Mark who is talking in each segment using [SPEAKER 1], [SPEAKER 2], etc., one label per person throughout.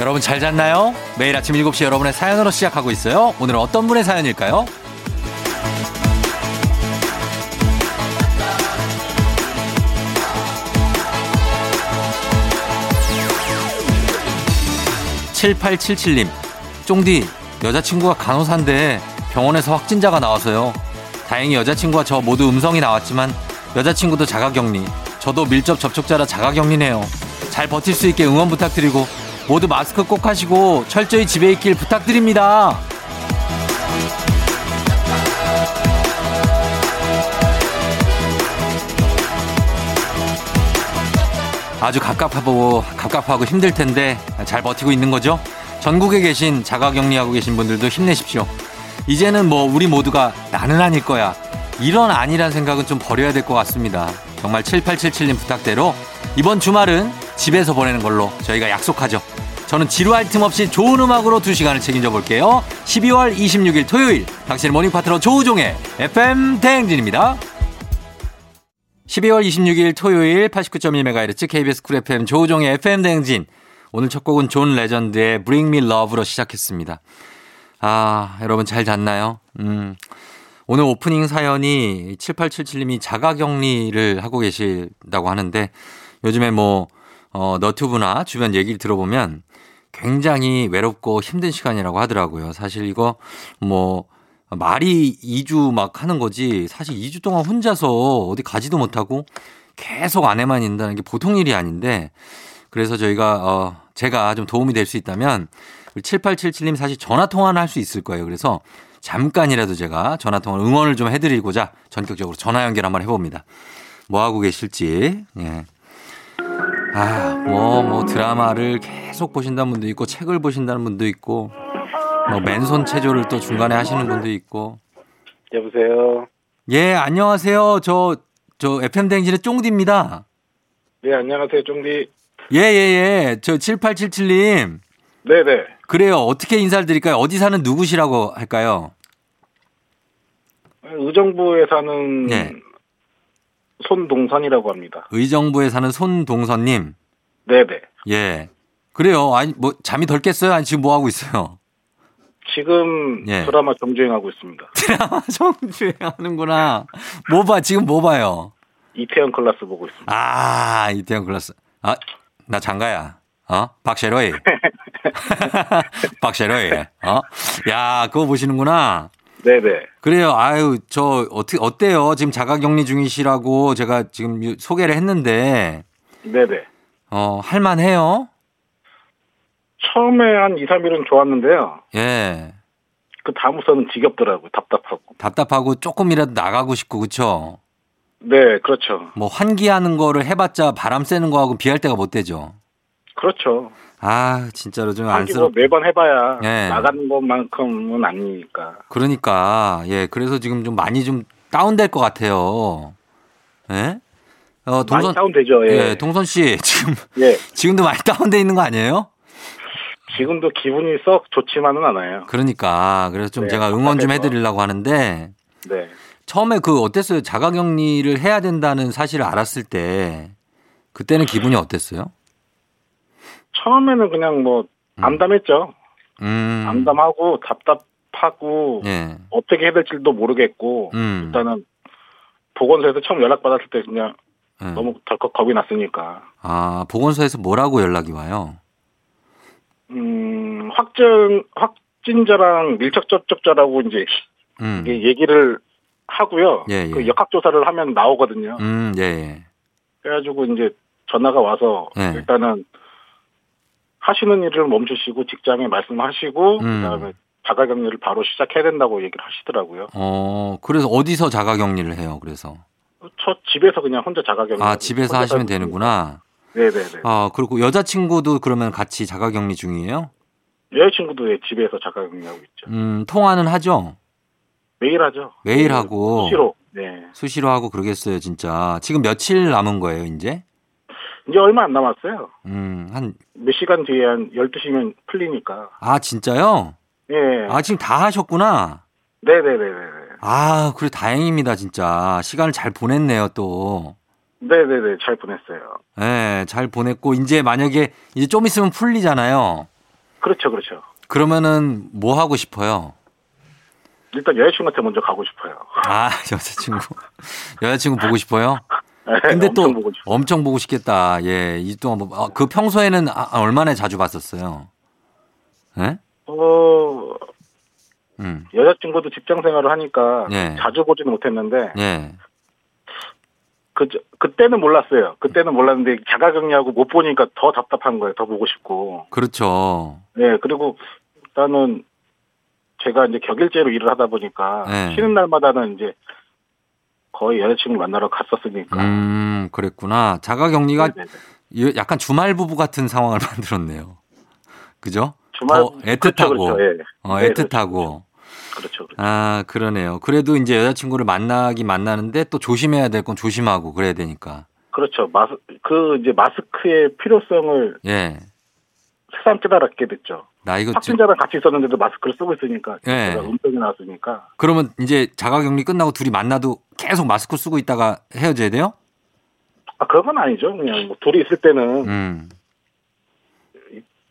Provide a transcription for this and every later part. [SPEAKER 1] 여러분 잘 잤나요? 매일 아침 7시 여러분의 사연으로 시작하고 있어요. 오늘은 어떤 분의 사연일까요? 7877님, 쫑디, 여자친구가 간호사인데 병원에서 확진자가 나와서요. 다행히 여자친구와 저 모두 음성이 나왔지만 여자친구도 자가격리, 저도 밀접 접촉자라 자가격리네요. 잘 버틸 수 있게 응원 부탁드리고 모두 마스크 꼭 하시고 철저히 집에 있길 부탁드립니다. 아주 갑갑하고 갑갑하고 힘들 텐데 잘 버티고 있는 거죠? 전국에 계신 자가격리하고 계신 분들도 힘내십시오. 이제는 뭐 우리 모두가 나는 아닐 거야 이런 아니란 생각은 좀 버려야 될 것 같습니다. 정말 7877님 부탁대로 이번 주말은 집에서 보내는 걸로 저희가 약속하죠. 저는 지루할 틈 없이 좋은 음악으로 두 시간을 책임져 볼게요. 12월 26일 토요일 당신의 모닝 파트너 조우종의 FM 대행진입니다. 12월 26일 토요일 89.1MHz KBS 쿨 FM 조우종의 FM 대행진. 오늘 첫 곡은 존 레전드의 Bring Me Love로 시작했습니다. 아, 여러분 잘 잤나요? 음. 오늘 오프닝 사연이 7877님이 자가 격리를 하고 계시다고 하는데 요즘에 뭐, 어, 너튜브나 주변 얘기를 들어보면 굉장히 외롭고 힘든 시간이라고 하더라고요. 사실 이거 뭐, 말이 2주 막 하는 거지 사실 2주 동안 혼자서 어디 가지도 못하고 계속 아내만 있다는 게 보통 일이 아닌데 그래서 저희가 어 제가 좀 도움이 될 수 있다면 7877님 사실 전화 통화는 할 수 있을 거예요. 그래서 잠깐이라도 제가 전화 통화 응원을 좀 해드리고자 전격적으로 전화 연결 한번 해봅니다. 뭐 하고 계실지 예. 아뭐뭐 뭐 드라마를 계속 보신다는 분도 있고 책을 보신다는 분도 있고 뭐 맨손 체조를 또 중간에 하시는 분도 있고.
[SPEAKER 2] 여보세요.
[SPEAKER 1] 예, 안녕하세요. 저, 저, FM 댕진의 쫑디입니다.
[SPEAKER 2] 네, 안녕하세요, 쫑디.
[SPEAKER 1] 예, 예, 예. 저 7877님.
[SPEAKER 2] 네네.
[SPEAKER 1] 그래요. 어떻게 인사를 드릴까요? 어디 사는 누구시라고 할까요?
[SPEAKER 2] 의정부에 사는
[SPEAKER 1] 예.
[SPEAKER 2] 손동선이라고 합니다.
[SPEAKER 1] 의정부에 사는 손동선님.
[SPEAKER 2] 네네.
[SPEAKER 1] 예. 그래요. 아니, 뭐, 잠이 덜 깼어요? 아니, 지금 뭐 하고 있어요?
[SPEAKER 2] 지금
[SPEAKER 1] 예.
[SPEAKER 2] 드라마 정주행하고 있습니다.
[SPEAKER 1] 드라마 아, 정주행 하는구나. 뭐 봐, 지금 뭐 봐요?
[SPEAKER 2] 이태원 클라스 보고 있습니다.
[SPEAKER 1] 아, 이태원 클라스. 아, 나 장가야. 어? 박셰로이. 박셰로이. 어? 야, 그거 보시는구나.
[SPEAKER 2] 네네.
[SPEAKER 1] 그래요. 아유, 저, 어떻게, 어때요? 지금 자가 격리 중이시라고 제가 지금 유- 소개를 했는데,
[SPEAKER 2] 네네.
[SPEAKER 1] 어, 할만해요?
[SPEAKER 2] 처음에 한 2, 3일은 좋았는데요.
[SPEAKER 1] 예.
[SPEAKER 2] 그 다음부터는 지겹더라고요. 답답하고.
[SPEAKER 1] 답답하고 조금이라도 나가고 싶고, 그쵸?
[SPEAKER 2] 네, 그렇죠.
[SPEAKER 1] 뭐, 환기하는 거를 해봤자 바람 쐬는 거하고 비할 때가 못 되죠.
[SPEAKER 2] 그렇죠.
[SPEAKER 1] 아, 진짜로 좀
[SPEAKER 2] 하기 뭐
[SPEAKER 1] 안쓰럽
[SPEAKER 2] 매번 해봐야
[SPEAKER 1] 예.
[SPEAKER 2] 나가는 것만큼은 아니니까.
[SPEAKER 1] 그러니까 예 그래서 지금 좀 많이 좀 다운될 것 같아요. 예? 어
[SPEAKER 2] 많이
[SPEAKER 1] 동선
[SPEAKER 2] 다운되죠. 예.
[SPEAKER 1] 예 동선 씨 지금
[SPEAKER 2] 예.
[SPEAKER 1] 지금도 많이 다운돼 있는 거 아니에요?
[SPEAKER 2] 지금도 기분이 썩 좋지만은 않아요.
[SPEAKER 1] 그러니까 그래서 좀
[SPEAKER 2] 네,
[SPEAKER 1] 제가 응원 좀
[SPEAKER 2] 답답해서.
[SPEAKER 1] 해드리려고 하는데
[SPEAKER 2] 네.
[SPEAKER 1] 처음에 그 어땠어요? 자가격리를 해야 된다는 사실을 알았을 때 그때는 기분이 어땠어요?
[SPEAKER 2] 처음에는 그냥 뭐 암담했죠.
[SPEAKER 1] 음,
[SPEAKER 2] 암담하고 답답하고
[SPEAKER 1] 예,
[SPEAKER 2] 어떻게 해야 될지도 모르겠고
[SPEAKER 1] 음,
[SPEAKER 2] 일단은 보건소에서 처음 연락 받았을 때 그냥
[SPEAKER 1] 예.
[SPEAKER 2] 너무 덜컥 겁이 났으니까
[SPEAKER 1] 아 보건소에서 뭐라고 연락이 와요?
[SPEAKER 2] 음 확진 확진자랑 밀접 접촉자라고 이제
[SPEAKER 1] 음,
[SPEAKER 2] 이게 얘기를 하고요.
[SPEAKER 1] 예, 예.
[SPEAKER 2] 그 역학 조사를 하면 나오거든요.
[SPEAKER 1] 음, 예, 예.
[SPEAKER 2] 그래가지고 이제 전화가 와서
[SPEAKER 1] 예.
[SPEAKER 2] 일단은 하시는 일을 멈추시고 직장에 말씀하시고
[SPEAKER 1] 음.
[SPEAKER 2] 그다음에 자가격리를 바로 시작해야 된다고 얘기를 하시더라고요.
[SPEAKER 1] 어 그래서 어디서 자가격리를 해요? 그래서
[SPEAKER 2] 저 집에서 그냥 혼자 자가격리.
[SPEAKER 1] 아 집에서 하시면 되는구나.
[SPEAKER 2] 네네네.
[SPEAKER 1] 아 그리고 여자친구도 그러면 같이 자가격리 중이에요?
[SPEAKER 2] 여자친구도 예, 집에서 자가격리하고 있죠.
[SPEAKER 1] 음 통화는 하죠.
[SPEAKER 2] 매일 하죠. 음.
[SPEAKER 1] 매일 하고
[SPEAKER 2] 수시로. 네.
[SPEAKER 1] 수시로 하고 그러겠어요 진짜. 지금 며칠 남은 거예요 이제?
[SPEAKER 2] 이제 얼마 안 남았어요.
[SPEAKER 1] 음한아 아,
[SPEAKER 2] 몇 시간 뒤에 한 12시면 풀리니까.
[SPEAKER 1] 진짜요?
[SPEAKER 2] 예.
[SPEAKER 1] 아 지금 다 하셨구나.
[SPEAKER 2] 네네네네.
[SPEAKER 1] 아 그래 다행입니다 진짜 시간을 잘 보냈네요 또.
[SPEAKER 2] 네네네. 잘 보냈어요.
[SPEAKER 1] 예, 잘 보냈고 이제 만약에 이제 좀 있으면 풀리잖아요.
[SPEAKER 2] 그렇죠, 그렇죠.
[SPEAKER 1] 그러면은 뭐 하고 싶어요?
[SPEAKER 2] 일단 여자친구한테 먼저 가고 싶어요.
[SPEAKER 1] 아, 여자친구. 여자친구 보고 싶어요? 근데
[SPEAKER 2] 네, 엄청
[SPEAKER 1] 또
[SPEAKER 2] 보고 싶어요.
[SPEAKER 1] 엄청 보고 싶겠다. 예. 이또 뭐, 아, 그 평소에는 아, 아, 얼마나 자주 봤었어요? 예?
[SPEAKER 2] 어,
[SPEAKER 1] 음.
[SPEAKER 2] 여자친구도 직장 생활을 하니까
[SPEAKER 1] 예.
[SPEAKER 2] 자주 보지는 못했는데
[SPEAKER 1] 예.
[SPEAKER 2] 그 그때는 몰랐어요. 그때는 몰랐는데 자가격리하고 못 보니까 더 답답한 거예요. 더 보고 싶고.
[SPEAKER 1] 그렇죠.
[SPEAKER 2] 예, 그리고 일단은 제가 이제 격일제로 일을 하다 보니까
[SPEAKER 1] 네.
[SPEAKER 2] 쉬는 날마다는 이제 거의 여자친구 만나러 갔었으니까.
[SPEAKER 1] 음, 그랬구나. 자가 격리가
[SPEAKER 2] 네네네.
[SPEAKER 1] 이- 약간 주말 부부 같은 상황을 만들었네요. 그죠?
[SPEAKER 2] 주말
[SPEAKER 1] 더 애틋하고.
[SPEAKER 2] 그렇죠, 그렇죠. 예.
[SPEAKER 1] 어,
[SPEAKER 2] 네,
[SPEAKER 1] 애틋하고.
[SPEAKER 2] 그렇죠. 그렇죠.
[SPEAKER 1] 아, 그러네요. 그래도 이제 여자친구를 만나긴 만나는데 또 조심해야 될 건 조심하고 그래야 되니까.
[SPEAKER 2] 그렇죠. 마스 그 이제 마스크의 필요성을
[SPEAKER 1] 예.
[SPEAKER 2] 새삼 깨달았게 됐죠.
[SPEAKER 1] 나 이거 좀
[SPEAKER 2] 확진자랑 같이 있었는데도 마스크를 쓰고 있으니까
[SPEAKER 1] 그 예.
[SPEAKER 2] 제가 음성이 나왔으니까
[SPEAKER 1] 그러면 이제 자가격리 끝나고 둘이 만나도 계속 마스크 쓰고 있다가 헤어져야 돼요?
[SPEAKER 2] 아 그건 아니죠. 그냥 뭐 둘이 있을 때는
[SPEAKER 1] 음.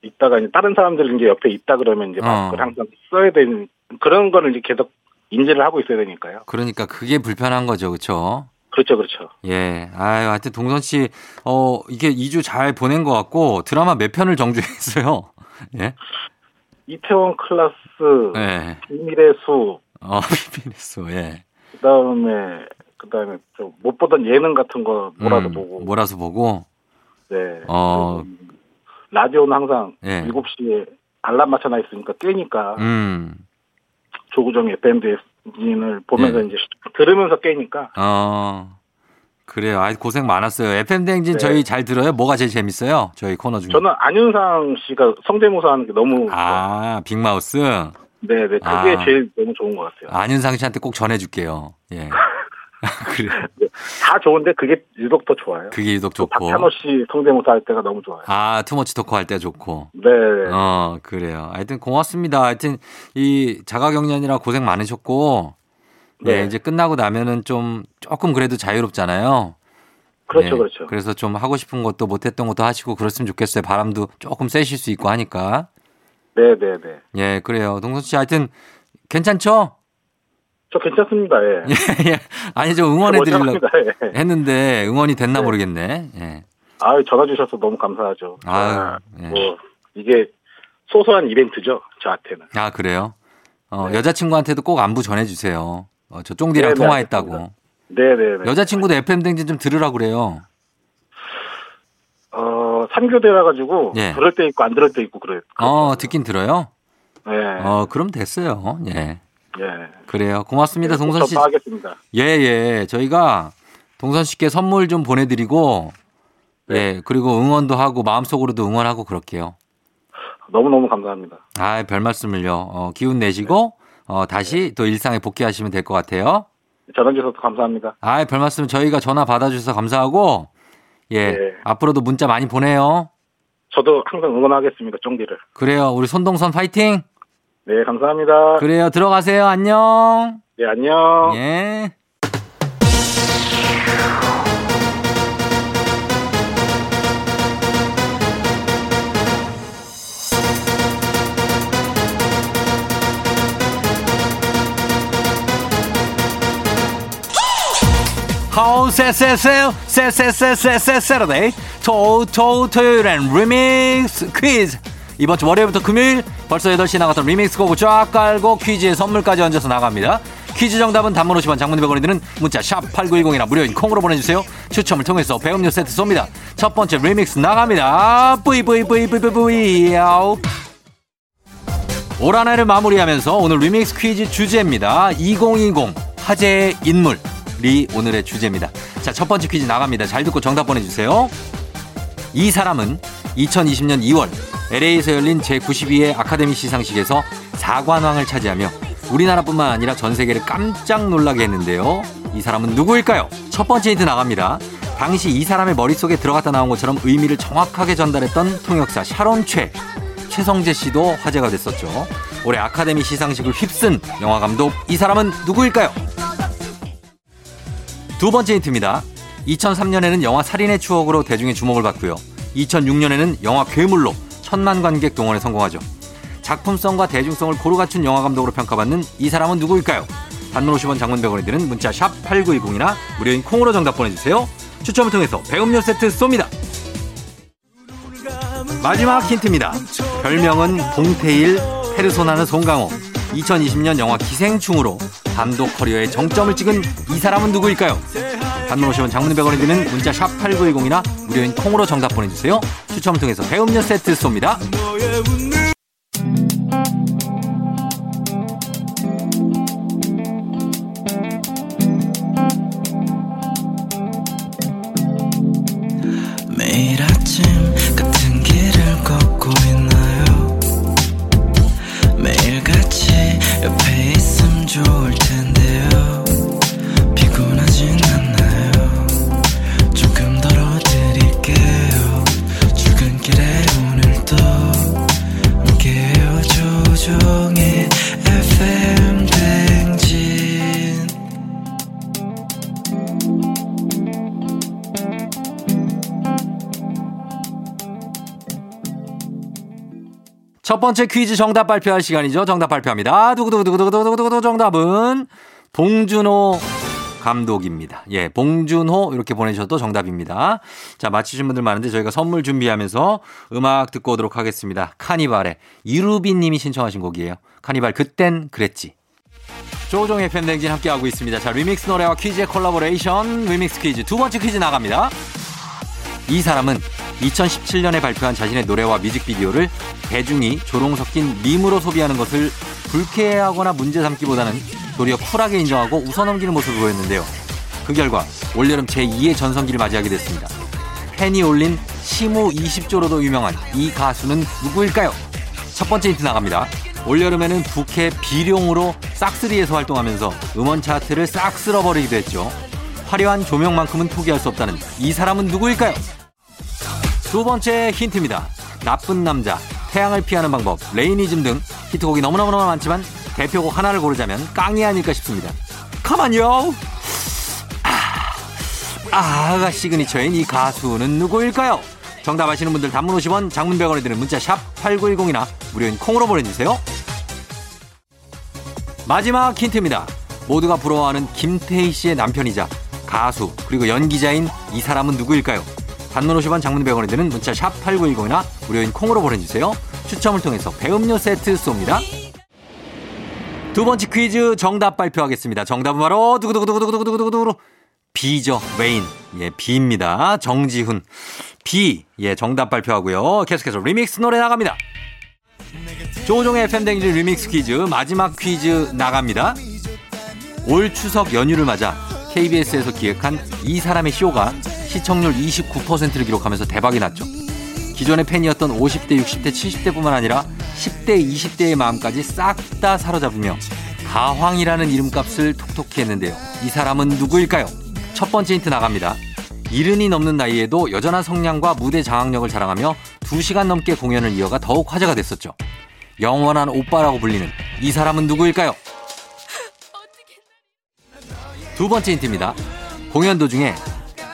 [SPEAKER 2] 있다가 이제 다른 사람들 이제 옆에 있다 그러면 이제
[SPEAKER 1] 어.
[SPEAKER 2] 마스크를 항상 써야 되는 그런 거를 이제 계속 인지를 하고 있어야 되니까요.
[SPEAKER 1] 그러니까 그게 불편한 거죠. 그렇죠?
[SPEAKER 2] 그렇죠, 그렇죠.
[SPEAKER 1] 예. 아유, 하여튼 동선 씨, 어, 이게 2주 잘 보낸 것 같고 드라마 몇 편을 정주했어요? 예?
[SPEAKER 2] 이태원 클라스,
[SPEAKER 1] 예.
[SPEAKER 2] 비밀의 수,
[SPEAKER 1] 어, 비밀했어. 예.
[SPEAKER 2] 그 다음에, 그 다음에 좀 못 보던 예능 같은 거 뭐라도
[SPEAKER 1] 음,
[SPEAKER 2] 보고,
[SPEAKER 1] 몰아서 보고.
[SPEAKER 2] 네.
[SPEAKER 1] 어.
[SPEAKER 2] 그리고 라디오는 항상
[SPEAKER 1] 예.
[SPEAKER 2] 7시에 알람 맞춰놔 있으니까 깨니까,
[SPEAKER 1] 음.
[SPEAKER 2] 조구정 FM대행진을 보면서
[SPEAKER 1] 네.
[SPEAKER 2] 이제 들으면서 깨니까,
[SPEAKER 1] 어. 그래요. 아이 고생 많았어요. FM 대행진
[SPEAKER 2] 네.
[SPEAKER 1] 저희 잘 들어요. 뭐가 제일 재밌어요? 저희 코너 중에.
[SPEAKER 2] 저는 안윤상 씨가 성대모사 하는 게 너무,
[SPEAKER 1] 아, 빅마우스.
[SPEAKER 2] 네네, 그게
[SPEAKER 1] 아.
[SPEAKER 2] 제일 너무 좋은 것 같아요.
[SPEAKER 1] 안윤상 씨한테 꼭 전해 줄게요. 예. 그래.
[SPEAKER 2] 다 좋은데 그게 유독 더 좋아요.
[SPEAKER 1] 그게 유독 좋고.
[SPEAKER 2] 박찬호 씨 성대모사 할 때가 너무 좋아요.
[SPEAKER 1] 아, 투머치 토크 할 때 좋고.
[SPEAKER 2] 네.
[SPEAKER 1] 어, 그래요. 하여튼 고맙습니다. 하여튼 이 자가격리라 고생 많으셨고 예,
[SPEAKER 2] 네.
[SPEAKER 1] 이제 끝나고 나면은 좀 조금 그래도 자유롭잖아요.
[SPEAKER 2] 그렇죠,
[SPEAKER 1] 예,
[SPEAKER 2] 그렇죠.
[SPEAKER 1] 그래서 좀 하고 싶은 것도 못 했던 것도 하시고 그랬으면 좋겠어요. 바람도 조금 쐬실 수 있고 하니까.
[SPEAKER 2] 네네네.
[SPEAKER 1] 예, 그래요. 동선 씨 하여튼 괜찮죠?
[SPEAKER 2] 저 괜찮습니다. 예.
[SPEAKER 1] 예. 아니 좀 응원해 드리려고
[SPEAKER 2] 저 괜찮습니다. 예.
[SPEAKER 1] 했는데 응원이 됐나
[SPEAKER 2] 네.
[SPEAKER 1] 모르겠네. 예.
[SPEAKER 2] 아유 전화 주셔서 너무 감사하죠.
[SPEAKER 1] 아유, 예.
[SPEAKER 2] 뭐 이게 소소한 이벤트죠 저한테는.
[SPEAKER 1] 아, 그래요. 어,
[SPEAKER 2] 네.
[SPEAKER 1] 여자친구한테도 꼭 안부 전해 주세요. 어, 저 쫑디랑
[SPEAKER 2] 네, 네,
[SPEAKER 1] 통화했다고.
[SPEAKER 2] 알겠습니다. 네네네.
[SPEAKER 1] 여자친구도 FM 댕진 좀 들으라 그래요.
[SPEAKER 2] 어 삼교대라 가지고
[SPEAKER 1] 예.
[SPEAKER 2] 들을 때 있고 안 들을 때 있고 그래. 그렇죠.
[SPEAKER 1] 어, 듣긴 들어요?
[SPEAKER 2] 예.
[SPEAKER 1] 어, 그럼 됐어요. 예.
[SPEAKER 2] 예.
[SPEAKER 1] 그래요. 고맙습니다, 동선 씨.
[SPEAKER 2] 전파하겠습니다.
[SPEAKER 1] 예, 예. 저희가 동선 씨께 선물 좀 보내드리고,
[SPEAKER 2] 네.
[SPEAKER 1] 예. 그리고 응원도 하고, 마음속으로도 응원하고 그럴게요.
[SPEAKER 2] 너무 너무 감사합니다.
[SPEAKER 1] 아, 별 말씀을요. 어, 기운 내시고,
[SPEAKER 2] 네.
[SPEAKER 1] 어, 다시 또 일상에 복귀하시면 될 것 같아요.
[SPEAKER 2] 전화 주셔서 감사합니다.
[SPEAKER 1] 아, 별 말씀 저희가 전화 받아주셔서 감사하고, 예.
[SPEAKER 2] 네.
[SPEAKER 1] 앞으로도 문자 많이 보내요.
[SPEAKER 2] 저도 항상 응원하겠습니다. 쫑디를.
[SPEAKER 1] 그래요. 우리 손동선 파이팅!
[SPEAKER 2] 네 감사합니다.
[SPEAKER 1] 그래요. 들어가세요. 안녕!
[SPEAKER 2] 네 안녕.
[SPEAKER 1] 예. 하우 세세세 세세세세세 세러데이 토토 토요일엔 리믹스 퀴즈 이번 주 월요일부터 금요일 벌써 8시 나갔던 리믹스 곡을 쫙 깔고 퀴즈에 선물까지 얹어서 나갑니다 퀴즈 정답은 단문 50원 장문 100원이 드는 문자 샵 8910이나 무료인 콩으로 보내주세요 추첨을 통해서 배음료 세트 쏩니다 첫 번째 리믹스 나갑니다 뿌이뿌이뿌이뿌이뿌이 야우 올 한해를 마무리하면서 오늘 리믹스 퀴즈 주제입니다. 2020 화제의 인물이 오늘의 주제입니다. 자, 첫 번째 퀴즈 나갑니다. 잘 듣고 정답 보내주세요. 이 사람은 2020년 2월 LA에서 열린 제92회 아카데미 시상식에서 4관왕을 차지하며 우리나라뿐만 아니라 전 세계를 깜짝 놀라게 했는데요. 이 사람은 누구일까요? 첫 번째 힌트 나갑니다. 당시 이 사람의 머릿속에 들어갔다 나온 것처럼 의미를 정확하게 전달했던 통역사 샤론 최. 최성재 씨도 화제가 됐었죠. 올해 아카데미 시상식을 휩쓴 영화 감독 이 사람은 누구일까요? 두 번째 힌트입니다. 2003년에는 영화 살인의 추억으로 대중의 주목을 받고요. 2006년에는 영화 괴물로 천만 관객 동원에 성공하죠. 작품성과 대중성을 고루 갖춘 영화 감독으로 평가받는 이 사람은 누구일까요? 단문 50원 장문 100원이 드는 문자 샵 8920이나 무료인 콩으로 정답 보내주세요. 추첨을 통해서 배음료 세트 쏩니다. 마지막 힌트입니다. 별명은 봉태일, 페르소나는 송강호. 2020년 영화 기생충으로 감독 커리어의 정점을 찍은 이 사람은 누구일까요? 단문 오시면 장문 100원이 드는 문자 샵 8910이나 무료인 콩으로 정답 보내주세요. 추첨을 통해서 배음료 세트 쏩니다.
[SPEAKER 3] 매일 아침 같은 길을 걷고 있나요 매일 같이 옆에 있음 좋을 텐데요 피곤하진 않나요 조금 덜어드릴게요 출근길에 오늘도 함께해요 조종의 FM 댕진
[SPEAKER 1] 첫 번째 퀴즈 정답 발표할 시간이죠. 정답 발표합니다. 두구두구두구두구두구두구 정답은 봉준호 감독입니다. 예, 봉준호 이렇게 보내주셔도 정답입니다. 자, 맞히신 분들 많은데 저희가 선물 준비하면서 음악 듣고 오도록 하겠습니다. 카니발의 이루빈 님이 신청하신 곡이에요. 카니발 그땐 그랬지. 조종의 팬댕진 함께하고 있습니다. 자, 리믹스 노래와 퀴즈의 콜라보레이션, 리믹스 퀴즈 두 번째 퀴즈 나갑니다. 이 사람은 2017년에 발표한 자신의 노래와 뮤직비디오를 대중이 조롱 섞인 밈으로 소비하는 것을 불쾌해하거나 문제 삼기보다는 도리어 쿨하게 인정하고 웃어넘기는 모습을 보였는데요. 그 결과 올여름 제2의 전성기를 맞이하게 됐습니다. 팬이 올린 시무 20조로도 유명한 이 가수는 누구일까요? 첫 번째 힌트 나갑니다. 올여름에는 북해 비룡으로 싹쓸이에서 활동하면서 음원 차트를 싹 쓸어버리기도 했죠. 화려한 조명만큼은 포기할 수 없다는 이 사람은 누구일까요? 두 번째 힌트입니다. 나쁜 남자, 태양을 피하는 방법, 레이니즘 등 히트곡이 너무너무나 많지만 대표곡 하나를 고르자면 깡이 아닐까 싶습니다. 가만요! 아, 아가 시그니처인 이 가수는 누구일까요? 정답 아시는 분들 단문 50원, 장문 100원에 드는 문자 샵 8910이나 무료인 콩으로 보내주세요. 마지막 힌트입니다. 모두가 부러워하는 김태희 씨의 남편이자 가수 그리고 연기자인 이 사람은 누구일까요? 단문 50원 장문 100원이 드는 문자 샵 8910이나 무료인 콩으로 보내주세요. 추첨을 통해서 배음료 세트 쏩니다. 두 번째 퀴즈 정답 발표하겠습니다. 정답은 바로 두구두구두구두구두구두구두구 B죠. 메인. 예, B입니다. 정지훈. B. 예, 정답 발표하고요. 계속해서 리믹스 노래 나갑니다. 조종의 팬댕진 리믹스 퀴즈 마지막 퀴즈 나갑니다. 올 추석 연휴를 맞아 KBS에서 기획한 이 사람의 쇼가 시청률 29%를 기록하면서 대박이 났죠. 기존의 팬이었던 50대, 60대, 70대뿐만 아니라 10대, 20대의 마음까지 싹 다 사로잡으며 가황이라는 이름값을 톡톡히 했는데요. 이 사람은 누구일까요? 첫 번째 힌트 나갑니다. 이른이 넘는 나이에도 여전한 성량과 무대 장악력을 자랑하며 2시간 넘게 공연을 이어가 더욱 화제가 됐었죠. 영원한 오빠라고 불리는 이 사람은 누구일까요? 두 번째 힌트입니다. 공연 도중에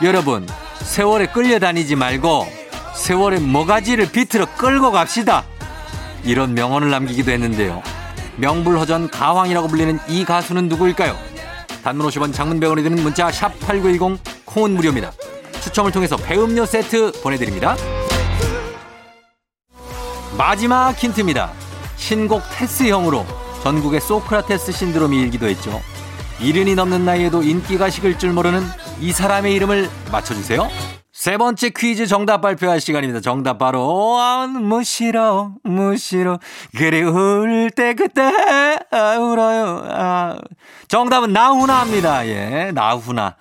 [SPEAKER 1] 여러분 세월에 끌려다니지 말고 세월의 모가지를 비틀어 끌고 갑시다. 이런 명언을 남기기도 했는데요. 명불허전 가왕이라고 불리는 이 가수는 누구일까요? 단문 50원 장문 100원이 드는 문자 샵 8910 콩은 무료입니다. 추첨을 통해서 배음료 세트 보내드립니다. 마지막 힌트입니다. 신곡 테스형으로 전국의 소크라테스 신드롬이 일기도 했죠. 이른이 넘는 나이에도 인기가 식을 줄 모르는 이 사람의 이름을 맞춰주세요. 세 번째 퀴즈 정답 발표할 시간입니다. 정답 바로 아, 무시로 무시로 그리울 때 그때 아, 울어요. 아. 정답은 나훈아입니다. 예, 나훈아.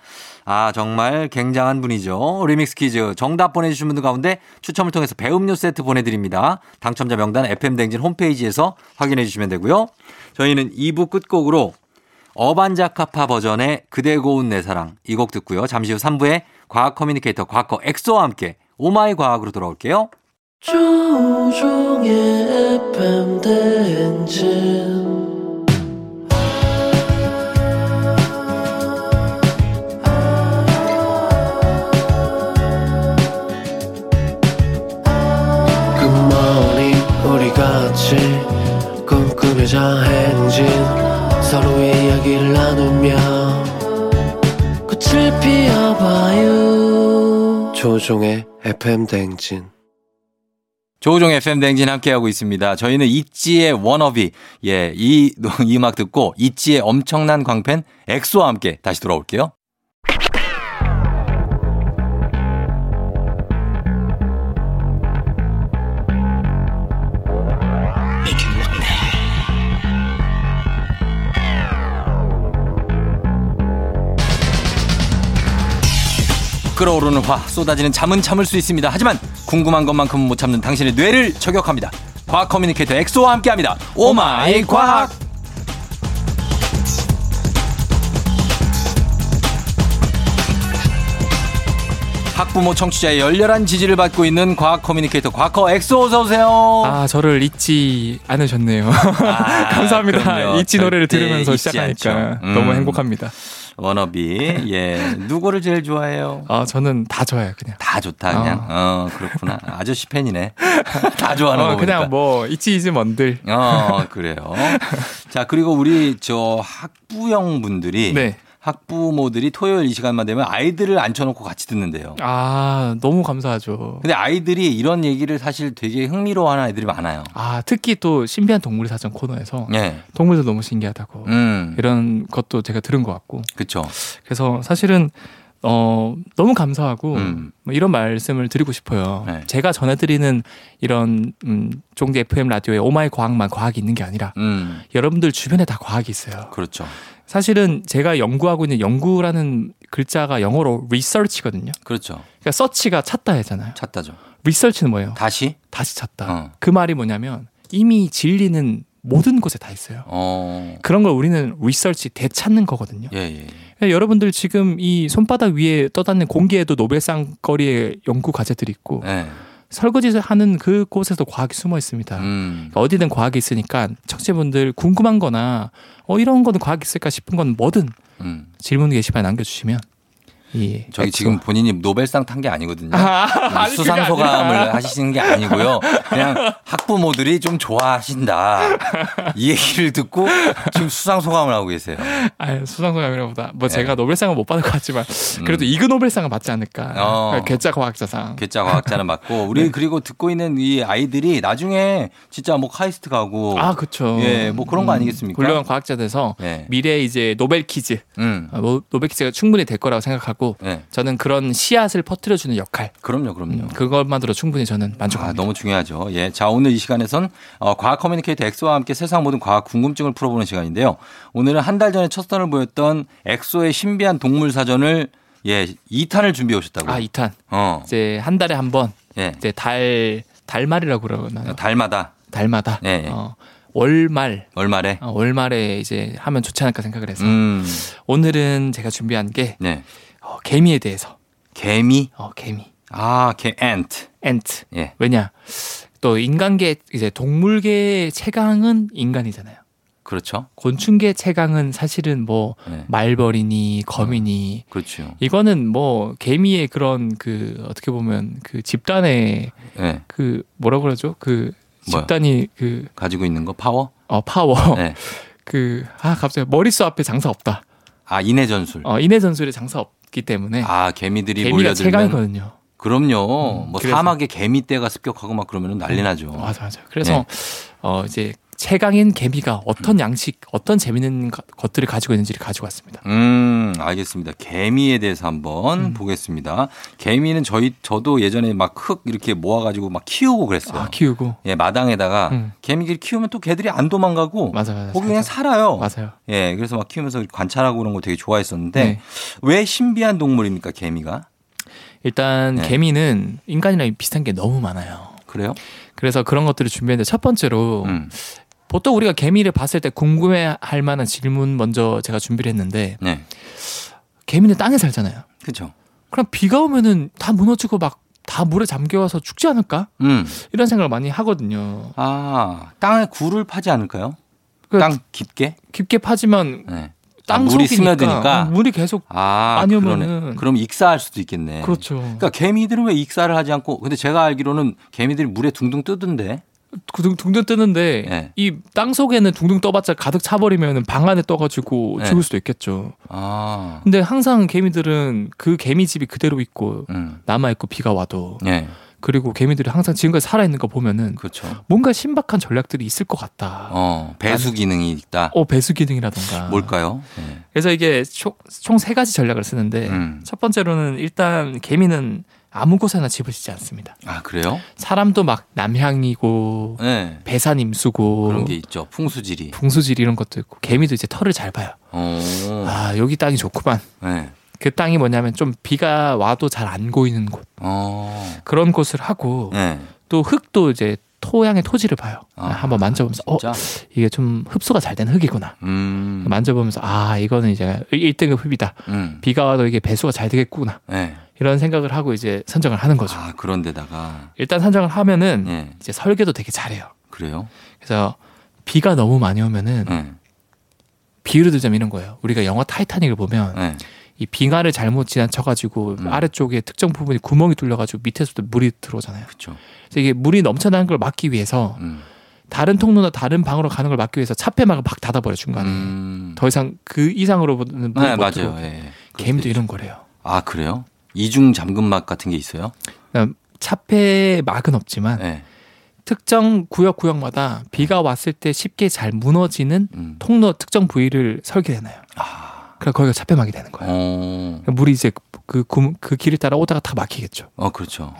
[SPEAKER 1] 아 정말 굉장한 분이죠. 리믹스 퀴즈 정답 보내주신 분들 가운데 추첨을 통해서 배음료 세트 보내드립니다. 당첨자 명단 FM 댕진 홈페이지에서 확인해 주시면 되고요. 저희는 2부 끝곡으로 어반자카파 버전의 그대 고운 내 사랑 이 곡 듣고요. 잠시 후 3부에 과학 커뮤니케이터 과거 엑소와 함께 오마이 과학으로 돌아올게요.
[SPEAKER 3] 조종의 FM 대행진
[SPEAKER 4] 그
[SPEAKER 3] 끝머리 우리 같이
[SPEAKER 4] 우회전 행진 서로의 이야기를 나누며 꽃을 피워봐요 조종의 FM 대행진
[SPEAKER 1] 조우종 FM 댕진 함께하고 있습니다. 저희는 있지의 워너비, 예, 이, 이 음악 듣고 있지의 엄청난 광팬 엑소와 함께 다시 돌아올게요. 끓어오르는 화 쏟아지는 잠은 참을 수 있습니다. 하지만 궁금한 것만큼은 못 참는 당신의 뇌를 저격합니다. 과학 커뮤니케이터 엑소와 함께합니다. 오마이 과학. 학부모 청취자의 열렬한 지지를 받고 있는 과학 커뮤니케이터 과커 엑소 어서 오세요.
[SPEAKER 5] 아 저를 잊지 않으셨네요.
[SPEAKER 1] 아,
[SPEAKER 5] 감사합니다.
[SPEAKER 1] 그럼요.
[SPEAKER 5] 잊지 노래를
[SPEAKER 1] 절대
[SPEAKER 5] 들으면서
[SPEAKER 1] 잊지
[SPEAKER 5] 시작하니까
[SPEAKER 1] 않죠. 음.
[SPEAKER 5] 너무 행복합니다.
[SPEAKER 1] 워너비 예 누구를 제일 좋아해요?
[SPEAKER 5] 아 저는 다 좋아요 그냥.
[SPEAKER 1] 다 좋다 그냥 어, 그렇구나 아저씨 팬이네 다 좋아하는
[SPEAKER 5] 어,
[SPEAKER 1] 거 보니까
[SPEAKER 5] 그냥 뭐 잊지 잊지 뭔들.
[SPEAKER 1] 어, 그래요. 자, 그리고 우리 저 학부형 분들이
[SPEAKER 5] 네.
[SPEAKER 1] 학부모들이 토요일 이 시간만 되면 아이들을 앉혀놓고 같이 듣는데요.
[SPEAKER 5] 아 너무 감사하죠.
[SPEAKER 1] 근데 아이들이 이런 얘기를 사실 되게 흥미로워하는 아이들이 많아요.
[SPEAKER 5] 아 특히 또 신비한 동물 사전 코너에서
[SPEAKER 1] 예.
[SPEAKER 5] 동물들 너무 신기하다고
[SPEAKER 1] 음.
[SPEAKER 5] 이런 것도 제가 들은 것 같고
[SPEAKER 1] 그쵸.
[SPEAKER 5] 그래서 사실은 어 너무 감사하고
[SPEAKER 1] 음.
[SPEAKER 5] 뭐 이런 말씀을 드리고 싶어요.
[SPEAKER 1] 네.
[SPEAKER 5] 제가 전해드리는 이런 음, 종디 FM 라디오의 오마이 과학만 과학이 있는 게 아니라
[SPEAKER 1] 음.
[SPEAKER 5] 여러분들 주변에 다 과학이 있어요.
[SPEAKER 1] 그렇죠.
[SPEAKER 5] 사실은 제가 연구하고 있는 연구라는 글자가 영어로 research거든요.
[SPEAKER 1] 그렇죠.
[SPEAKER 5] 그러니까 search가 찾다잖아요.
[SPEAKER 1] 찾다죠.
[SPEAKER 5] research는 뭐예요?
[SPEAKER 1] 다시?
[SPEAKER 5] 다시 찾다.
[SPEAKER 1] 어.
[SPEAKER 5] 그 말이 뭐냐면 이미 진리는 모든 곳에 다 있어요.
[SPEAKER 1] 어.
[SPEAKER 5] 그런 걸 우리는 research 되찾는 거거든요.
[SPEAKER 1] 예, 예.
[SPEAKER 5] 그러니까 여러분들 지금 이 손바닥 위에 떠다니는 공기에도 노벨상 거리의 연구 과제들이 있고
[SPEAKER 1] 예.
[SPEAKER 5] 설거지 하는 그곳에도 과학이 숨어 있습니다.
[SPEAKER 1] 음.
[SPEAKER 5] 그러니까 어디든 과학이 있으니까 청취분들 궁금한 거나 어 이런 거는 과학이 있을까 싶은 건 뭐든
[SPEAKER 1] 음.
[SPEAKER 5] 질문 게시판에 남겨주시면 예,
[SPEAKER 1] 저기
[SPEAKER 5] 엑소와-
[SPEAKER 1] 지금 본인이 노벨상 탄 게 아니거든요.
[SPEAKER 5] 아, 아니, 그게
[SPEAKER 1] 수상
[SPEAKER 5] 아니라.
[SPEAKER 1] 소감을 하시는 게 아니고요. 그냥 학부모들이 좀 좋아하신다. 이 얘기를 듣고 지금 수상 소감을 하고 계세요.
[SPEAKER 5] 아, 수상 소감이라보다 뭐 제가 노벨상은 못 받을 것 같지만 그래도
[SPEAKER 1] 네. 음.
[SPEAKER 5] 이그 노벨상은 받지 않을까
[SPEAKER 1] 어.
[SPEAKER 5] 그러니까 괴짜 과학자상
[SPEAKER 1] 괴짜 과학자는 맞고 우리
[SPEAKER 5] 네.
[SPEAKER 1] 그리고 듣고 있는 이 아이들이 나중에 진짜 뭐 카이스트 가고
[SPEAKER 5] 아 그렇죠
[SPEAKER 1] 예, 뭐 그런 거 아니겠습니까?
[SPEAKER 5] 훌륭한 과학자 돼서
[SPEAKER 1] 예.
[SPEAKER 5] 미래 이제 노벨 퀴즈
[SPEAKER 1] 음.
[SPEAKER 5] 아, 뭐, 노벨 퀴즈가 충분히 될 거라고 생각하고
[SPEAKER 1] 예.
[SPEAKER 5] 저는 그런 씨앗을 퍼뜨려주는 역할
[SPEAKER 1] 그럼요, 그럼요.
[SPEAKER 5] 음, 그것만으로 충분히 저는
[SPEAKER 1] 아,
[SPEAKER 5] 만족합니다.
[SPEAKER 1] 너무 중요하죠. 예. 자, 오늘 이 시간에선 어, 과학 커뮤니케이터 엑소와 함께 세상 모든 과학 궁금증을 풀어보는 시간인데요. 오늘은 한 달 전에 첫 선을 보였던 엑소의 신비한 동물 사전을 예, 2탄을 준비해 오셨다고요.
[SPEAKER 5] 아 이탄
[SPEAKER 1] 어.
[SPEAKER 5] 이제 한 달에 한 번
[SPEAKER 1] 예.
[SPEAKER 5] 이제 달 달말이라고
[SPEAKER 1] 네.
[SPEAKER 5] 그러나요?
[SPEAKER 1] 달마다
[SPEAKER 5] 달마다
[SPEAKER 1] 예, 예.
[SPEAKER 5] 어, 월말
[SPEAKER 1] 얼마래?
[SPEAKER 5] 어, 월말에 이제 하면 좋지 않을까 생각을 해서
[SPEAKER 1] 음.
[SPEAKER 5] 오늘은 제가 준비한 게
[SPEAKER 1] 네.
[SPEAKER 5] 어, 개미에 대해서
[SPEAKER 1] 개미.
[SPEAKER 5] 어, 개미
[SPEAKER 1] 아, 개 ant.
[SPEAKER 5] 앤트
[SPEAKER 1] 예.
[SPEAKER 5] 왜냐 또 인간계 이제 동물계의 최강은 인간이잖아요.
[SPEAKER 1] 그렇죠.
[SPEAKER 5] 곤충계 최강은 사실은 뭐
[SPEAKER 1] 네.
[SPEAKER 5] 말벌이니 거미니
[SPEAKER 1] 그렇죠.
[SPEAKER 5] 이거는 뭐 개미의 그런 그 어떻게 보면 그 집단의
[SPEAKER 1] 예.
[SPEAKER 5] 그 뭐라 그러죠 그
[SPEAKER 1] 뭐요?
[SPEAKER 5] 집단이 그 어
[SPEAKER 1] 가지고 있는 거 파워?
[SPEAKER 5] 파워
[SPEAKER 1] 네.
[SPEAKER 5] 그 아 갑자기 머릿수 앞에 장사 없다
[SPEAKER 1] 아, 인해 전술.
[SPEAKER 5] 어 인해 전술에 장사 없기 때문에
[SPEAKER 1] 아, 개미들이
[SPEAKER 5] 개미가
[SPEAKER 1] 몰려들면
[SPEAKER 5] 최강이거든요
[SPEAKER 1] 그럼요.
[SPEAKER 5] 음,
[SPEAKER 1] 뭐
[SPEAKER 5] 그래서. 음.
[SPEAKER 1] 사막에 개미떼가 습격하고 막 그러면 난리 나죠.
[SPEAKER 5] 맞아 맞아 그래서
[SPEAKER 1] 네.
[SPEAKER 5] 어 이제 최강인 개미가 어떤 양식 어떤 재밌는 가- 것들을 가지고 있는지를 가지고 왔습니다
[SPEAKER 1] 음, 알겠습니다. 개미에 대해서 한번
[SPEAKER 5] 음.
[SPEAKER 1] 보겠습니다. 개미는 저희 저도 예전에 막 흙 이렇게 모아가지고 막 키우고 그랬어요.
[SPEAKER 5] 아 키우고
[SPEAKER 1] 예, 마당에다가
[SPEAKER 5] 음.
[SPEAKER 1] 개미를 키우면 또 개들이 안 도망가고
[SPEAKER 5] 맞아 맞아
[SPEAKER 1] 거기 그냥
[SPEAKER 5] 맞아.
[SPEAKER 1] 살아요.
[SPEAKER 5] 맞아요
[SPEAKER 1] 예, 그래서 막 키우면서 관찰하고 그런 거 되게 좋아했었는데
[SPEAKER 5] 네.
[SPEAKER 1] 왜 신비한 동물입니까 개미가?
[SPEAKER 5] 일단
[SPEAKER 1] 네.
[SPEAKER 5] 개미는 인간이랑 비슷한 게 너무 많아요.
[SPEAKER 1] 그래요?
[SPEAKER 5] 그래서 그런 것들을 준비했는데 첫 번째로
[SPEAKER 1] 음,
[SPEAKER 5] 보통 우리가 개미를 봤을 때 궁금해할 만한 질문 먼저 제가 준비를 했는데
[SPEAKER 1] 네,
[SPEAKER 5] 개미는 땅에 살잖아요.
[SPEAKER 1] 그렇죠.
[SPEAKER 5] 그럼 비가 오면은 다 무너지고 막 다 물에 잠겨와서 죽지 않을까?
[SPEAKER 1] 음,
[SPEAKER 5] 이런 생각을 많이 하거든요.
[SPEAKER 1] 아 땅에 굴을 파지 않을까요?
[SPEAKER 5] 그
[SPEAKER 1] 땅 깊게?
[SPEAKER 5] 깊게 파지만
[SPEAKER 1] 네. 아,
[SPEAKER 5] 땅
[SPEAKER 1] 물이
[SPEAKER 5] 속이니까 어,
[SPEAKER 1] 스며드니까?
[SPEAKER 5] 물이 계속
[SPEAKER 1] 아,
[SPEAKER 5] 아니면은-
[SPEAKER 1] 그러네. 그럼 익사할 수도 있겠네.
[SPEAKER 5] 그렇죠.
[SPEAKER 1] 그러니까 개미들은 왜 익사를 하지 않고 근데 제가 알기로는 개미들이 물에 둥둥 뜨던데.
[SPEAKER 5] 둥- 둥둥 뜨는데
[SPEAKER 1] 네.
[SPEAKER 5] 이 땅 속에는 둥둥 떠봤자 가득 차버리면 방 안에 떠가지고
[SPEAKER 1] 네.
[SPEAKER 5] 죽을 수도 있겠죠.
[SPEAKER 1] 아.
[SPEAKER 5] 근데 항상 개미들은 그 개미 집이 그대로 있고
[SPEAKER 1] 음.
[SPEAKER 5] 남아 있고 비가 와도
[SPEAKER 1] 예.
[SPEAKER 5] 그리고 개미들이 항상 지금까지 살아 있는 거 보면은
[SPEAKER 1] 그렇죠.
[SPEAKER 5] 뭔가 신박한 전략들이 있을 것 같다. 어,
[SPEAKER 1] 어, 배수 기능이 있다.
[SPEAKER 5] 배수 기능이라던가.
[SPEAKER 1] 뭘까요? 예.
[SPEAKER 5] 그래서 이게 총 세 가지 전략을 쓰는데
[SPEAKER 1] 음.
[SPEAKER 5] 첫 번째로는 일단 개미는 아무 곳에나 집을 짓지 않습니다.
[SPEAKER 1] 아, 그래요?
[SPEAKER 5] 사람도 막 남향이고
[SPEAKER 1] 예.
[SPEAKER 5] 배산 임수고
[SPEAKER 1] 그런 게 있죠. 풍수지리.
[SPEAKER 5] 봉수질 이런 것도 있고 개미도 이제 털을 잘 봐요.
[SPEAKER 1] 어.
[SPEAKER 5] 아 여기 땅이 좋구만.
[SPEAKER 1] 예.
[SPEAKER 5] 그 땅이 뭐냐면 좀 비가 와도 잘 안 고이는 곳
[SPEAKER 1] 어.
[SPEAKER 5] 그런 곳을 하고
[SPEAKER 1] 예.
[SPEAKER 5] 또 흙도 이제 토양의 토지를 봐요.
[SPEAKER 1] 아,
[SPEAKER 5] 한번 만져보면서 어
[SPEAKER 1] 진짜?
[SPEAKER 5] 이게 좀 흡수가 잘 된 흙이구나.
[SPEAKER 1] 음.
[SPEAKER 5] 만져보면서 아 이거는 이제 1등급 흙이다.
[SPEAKER 1] 음.
[SPEAKER 5] 비가 와도 이게 배수가 잘 되겠구나
[SPEAKER 1] 예.
[SPEAKER 5] 이런 생각을 하고 이제 선정을 하는 거죠.
[SPEAKER 1] 아, 그런 데다가
[SPEAKER 5] 일단 선정을 하면은
[SPEAKER 1] 예.
[SPEAKER 5] 이제 설계도 되게 잘해요.
[SPEAKER 1] 그래요?
[SPEAKER 5] 그래서 비가 너무 많이 오면은
[SPEAKER 1] 예.
[SPEAKER 5] 비유를 들자면 이런 거예요. 우리가 영화 타이타닉을 보면
[SPEAKER 1] 예.
[SPEAKER 5] 이 빙하를 잘못 지나쳐가지고
[SPEAKER 1] 음.
[SPEAKER 5] 아래쪽에 특정 부분이 구멍이 뚫려가지고 밑에서도 물이 들어오잖아요.
[SPEAKER 1] 그렇죠.
[SPEAKER 5] 그래서 이게 물이 넘쳐나는 걸 막기 위해서
[SPEAKER 1] 음.
[SPEAKER 5] 다른 통로나 다른 방으로 가는 걸 막기 위해서 차폐막을 막 닫아버려 중간에.
[SPEAKER 1] 음.
[SPEAKER 5] 더 이상 그 이상으로는 물이
[SPEAKER 1] 네,
[SPEAKER 5] 못 들어오고.
[SPEAKER 1] 맞아요. 예.
[SPEAKER 5] 개미도 이런 거래요.
[SPEAKER 1] 아, 그래요? 이중 잠금막 같은 게 있어요?
[SPEAKER 5] 차폐막은 없지만
[SPEAKER 1] 예.
[SPEAKER 5] 특정 구역 구역마다 비가 왔을 때 쉽게 잘 무너지는
[SPEAKER 1] 네. 음.
[SPEAKER 5] 통로 특정 부위를 설계해놔요.
[SPEAKER 1] 아.
[SPEAKER 5] 그래서 거기가 차폐막이 되는 거예요.
[SPEAKER 1] 어.
[SPEAKER 5] 그러니까 물이 이제 그, 구- 그 길을 따라 오다가 다 막히겠죠.
[SPEAKER 1] 어, 그렇죠.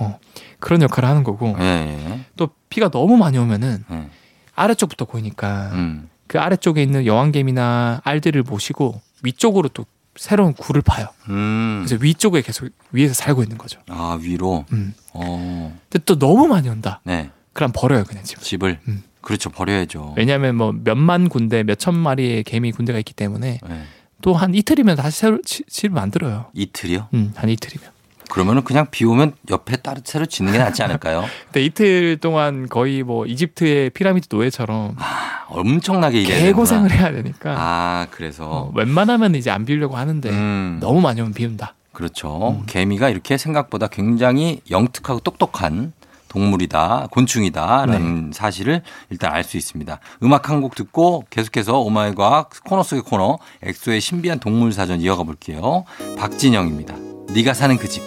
[SPEAKER 5] 그런 역할을 하는 거고
[SPEAKER 1] 예, 예.
[SPEAKER 5] 또 비가 너무 많이 오면은
[SPEAKER 1] 예.
[SPEAKER 5] 아래쪽부터 보이니까
[SPEAKER 1] 음.
[SPEAKER 5] 그 아래쪽에 있는 여왕개미나 알들을 모시고 위쪽으로 또 새로운 굴을 파요.
[SPEAKER 1] 음.
[SPEAKER 5] 그래서 위쪽에 계속 위에서 살고 있는 거죠.
[SPEAKER 1] 아, 위로.
[SPEAKER 5] 음.
[SPEAKER 1] 어.
[SPEAKER 5] 근데 또 너무 많이 온다.
[SPEAKER 1] 네.
[SPEAKER 5] 그럼 버려요 그냥 집을.
[SPEAKER 1] 집을
[SPEAKER 5] 음.
[SPEAKER 1] 그렇죠. 버려야죠.
[SPEAKER 5] 왜냐하면 뭐 몇만 군데 몇천 마리의 개미 군대가 있기 때문에
[SPEAKER 1] 예.
[SPEAKER 5] 또 한 이틀이면 다시 새로 지- 집을 만들어요.
[SPEAKER 1] 이틀이요?
[SPEAKER 5] 음, 한 이틀이면.
[SPEAKER 1] 그러면은 그냥 비 오면 옆에 따로 새로 짓는 게 낫지 않을까요?
[SPEAKER 5] 근데 이틀 동안 거의 뭐 이집트의 피라미드 노예처럼
[SPEAKER 1] 아, 엄청나게 일해야 되는구나.
[SPEAKER 5] 개고생을 해야 되니까
[SPEAKER 1] 아,
[SPEAKER 5] 어, 네.
[SPEAKER 1] 그래서
[SPEAKER 5] 웬만하면 이제 안 비우려고 하는데
[SPEAKER 1] 음.
[SPEAKER 5] 너무 많이 오면 비운다.
[SPEAKER 1] 그렇죠. 개미가 이렇게 생각보다 굉장히 영특하고 똑똑한 동물이다, 곤충이다라는 사실을 일단 알 수 있습니다. 음악 한 곡 듣고 계속해서 오마이 과학 코너 속의 코너 엑소의 신비한 동물 사전 이어가 볼게요. 박진영입니다. 네가 사는 그 집.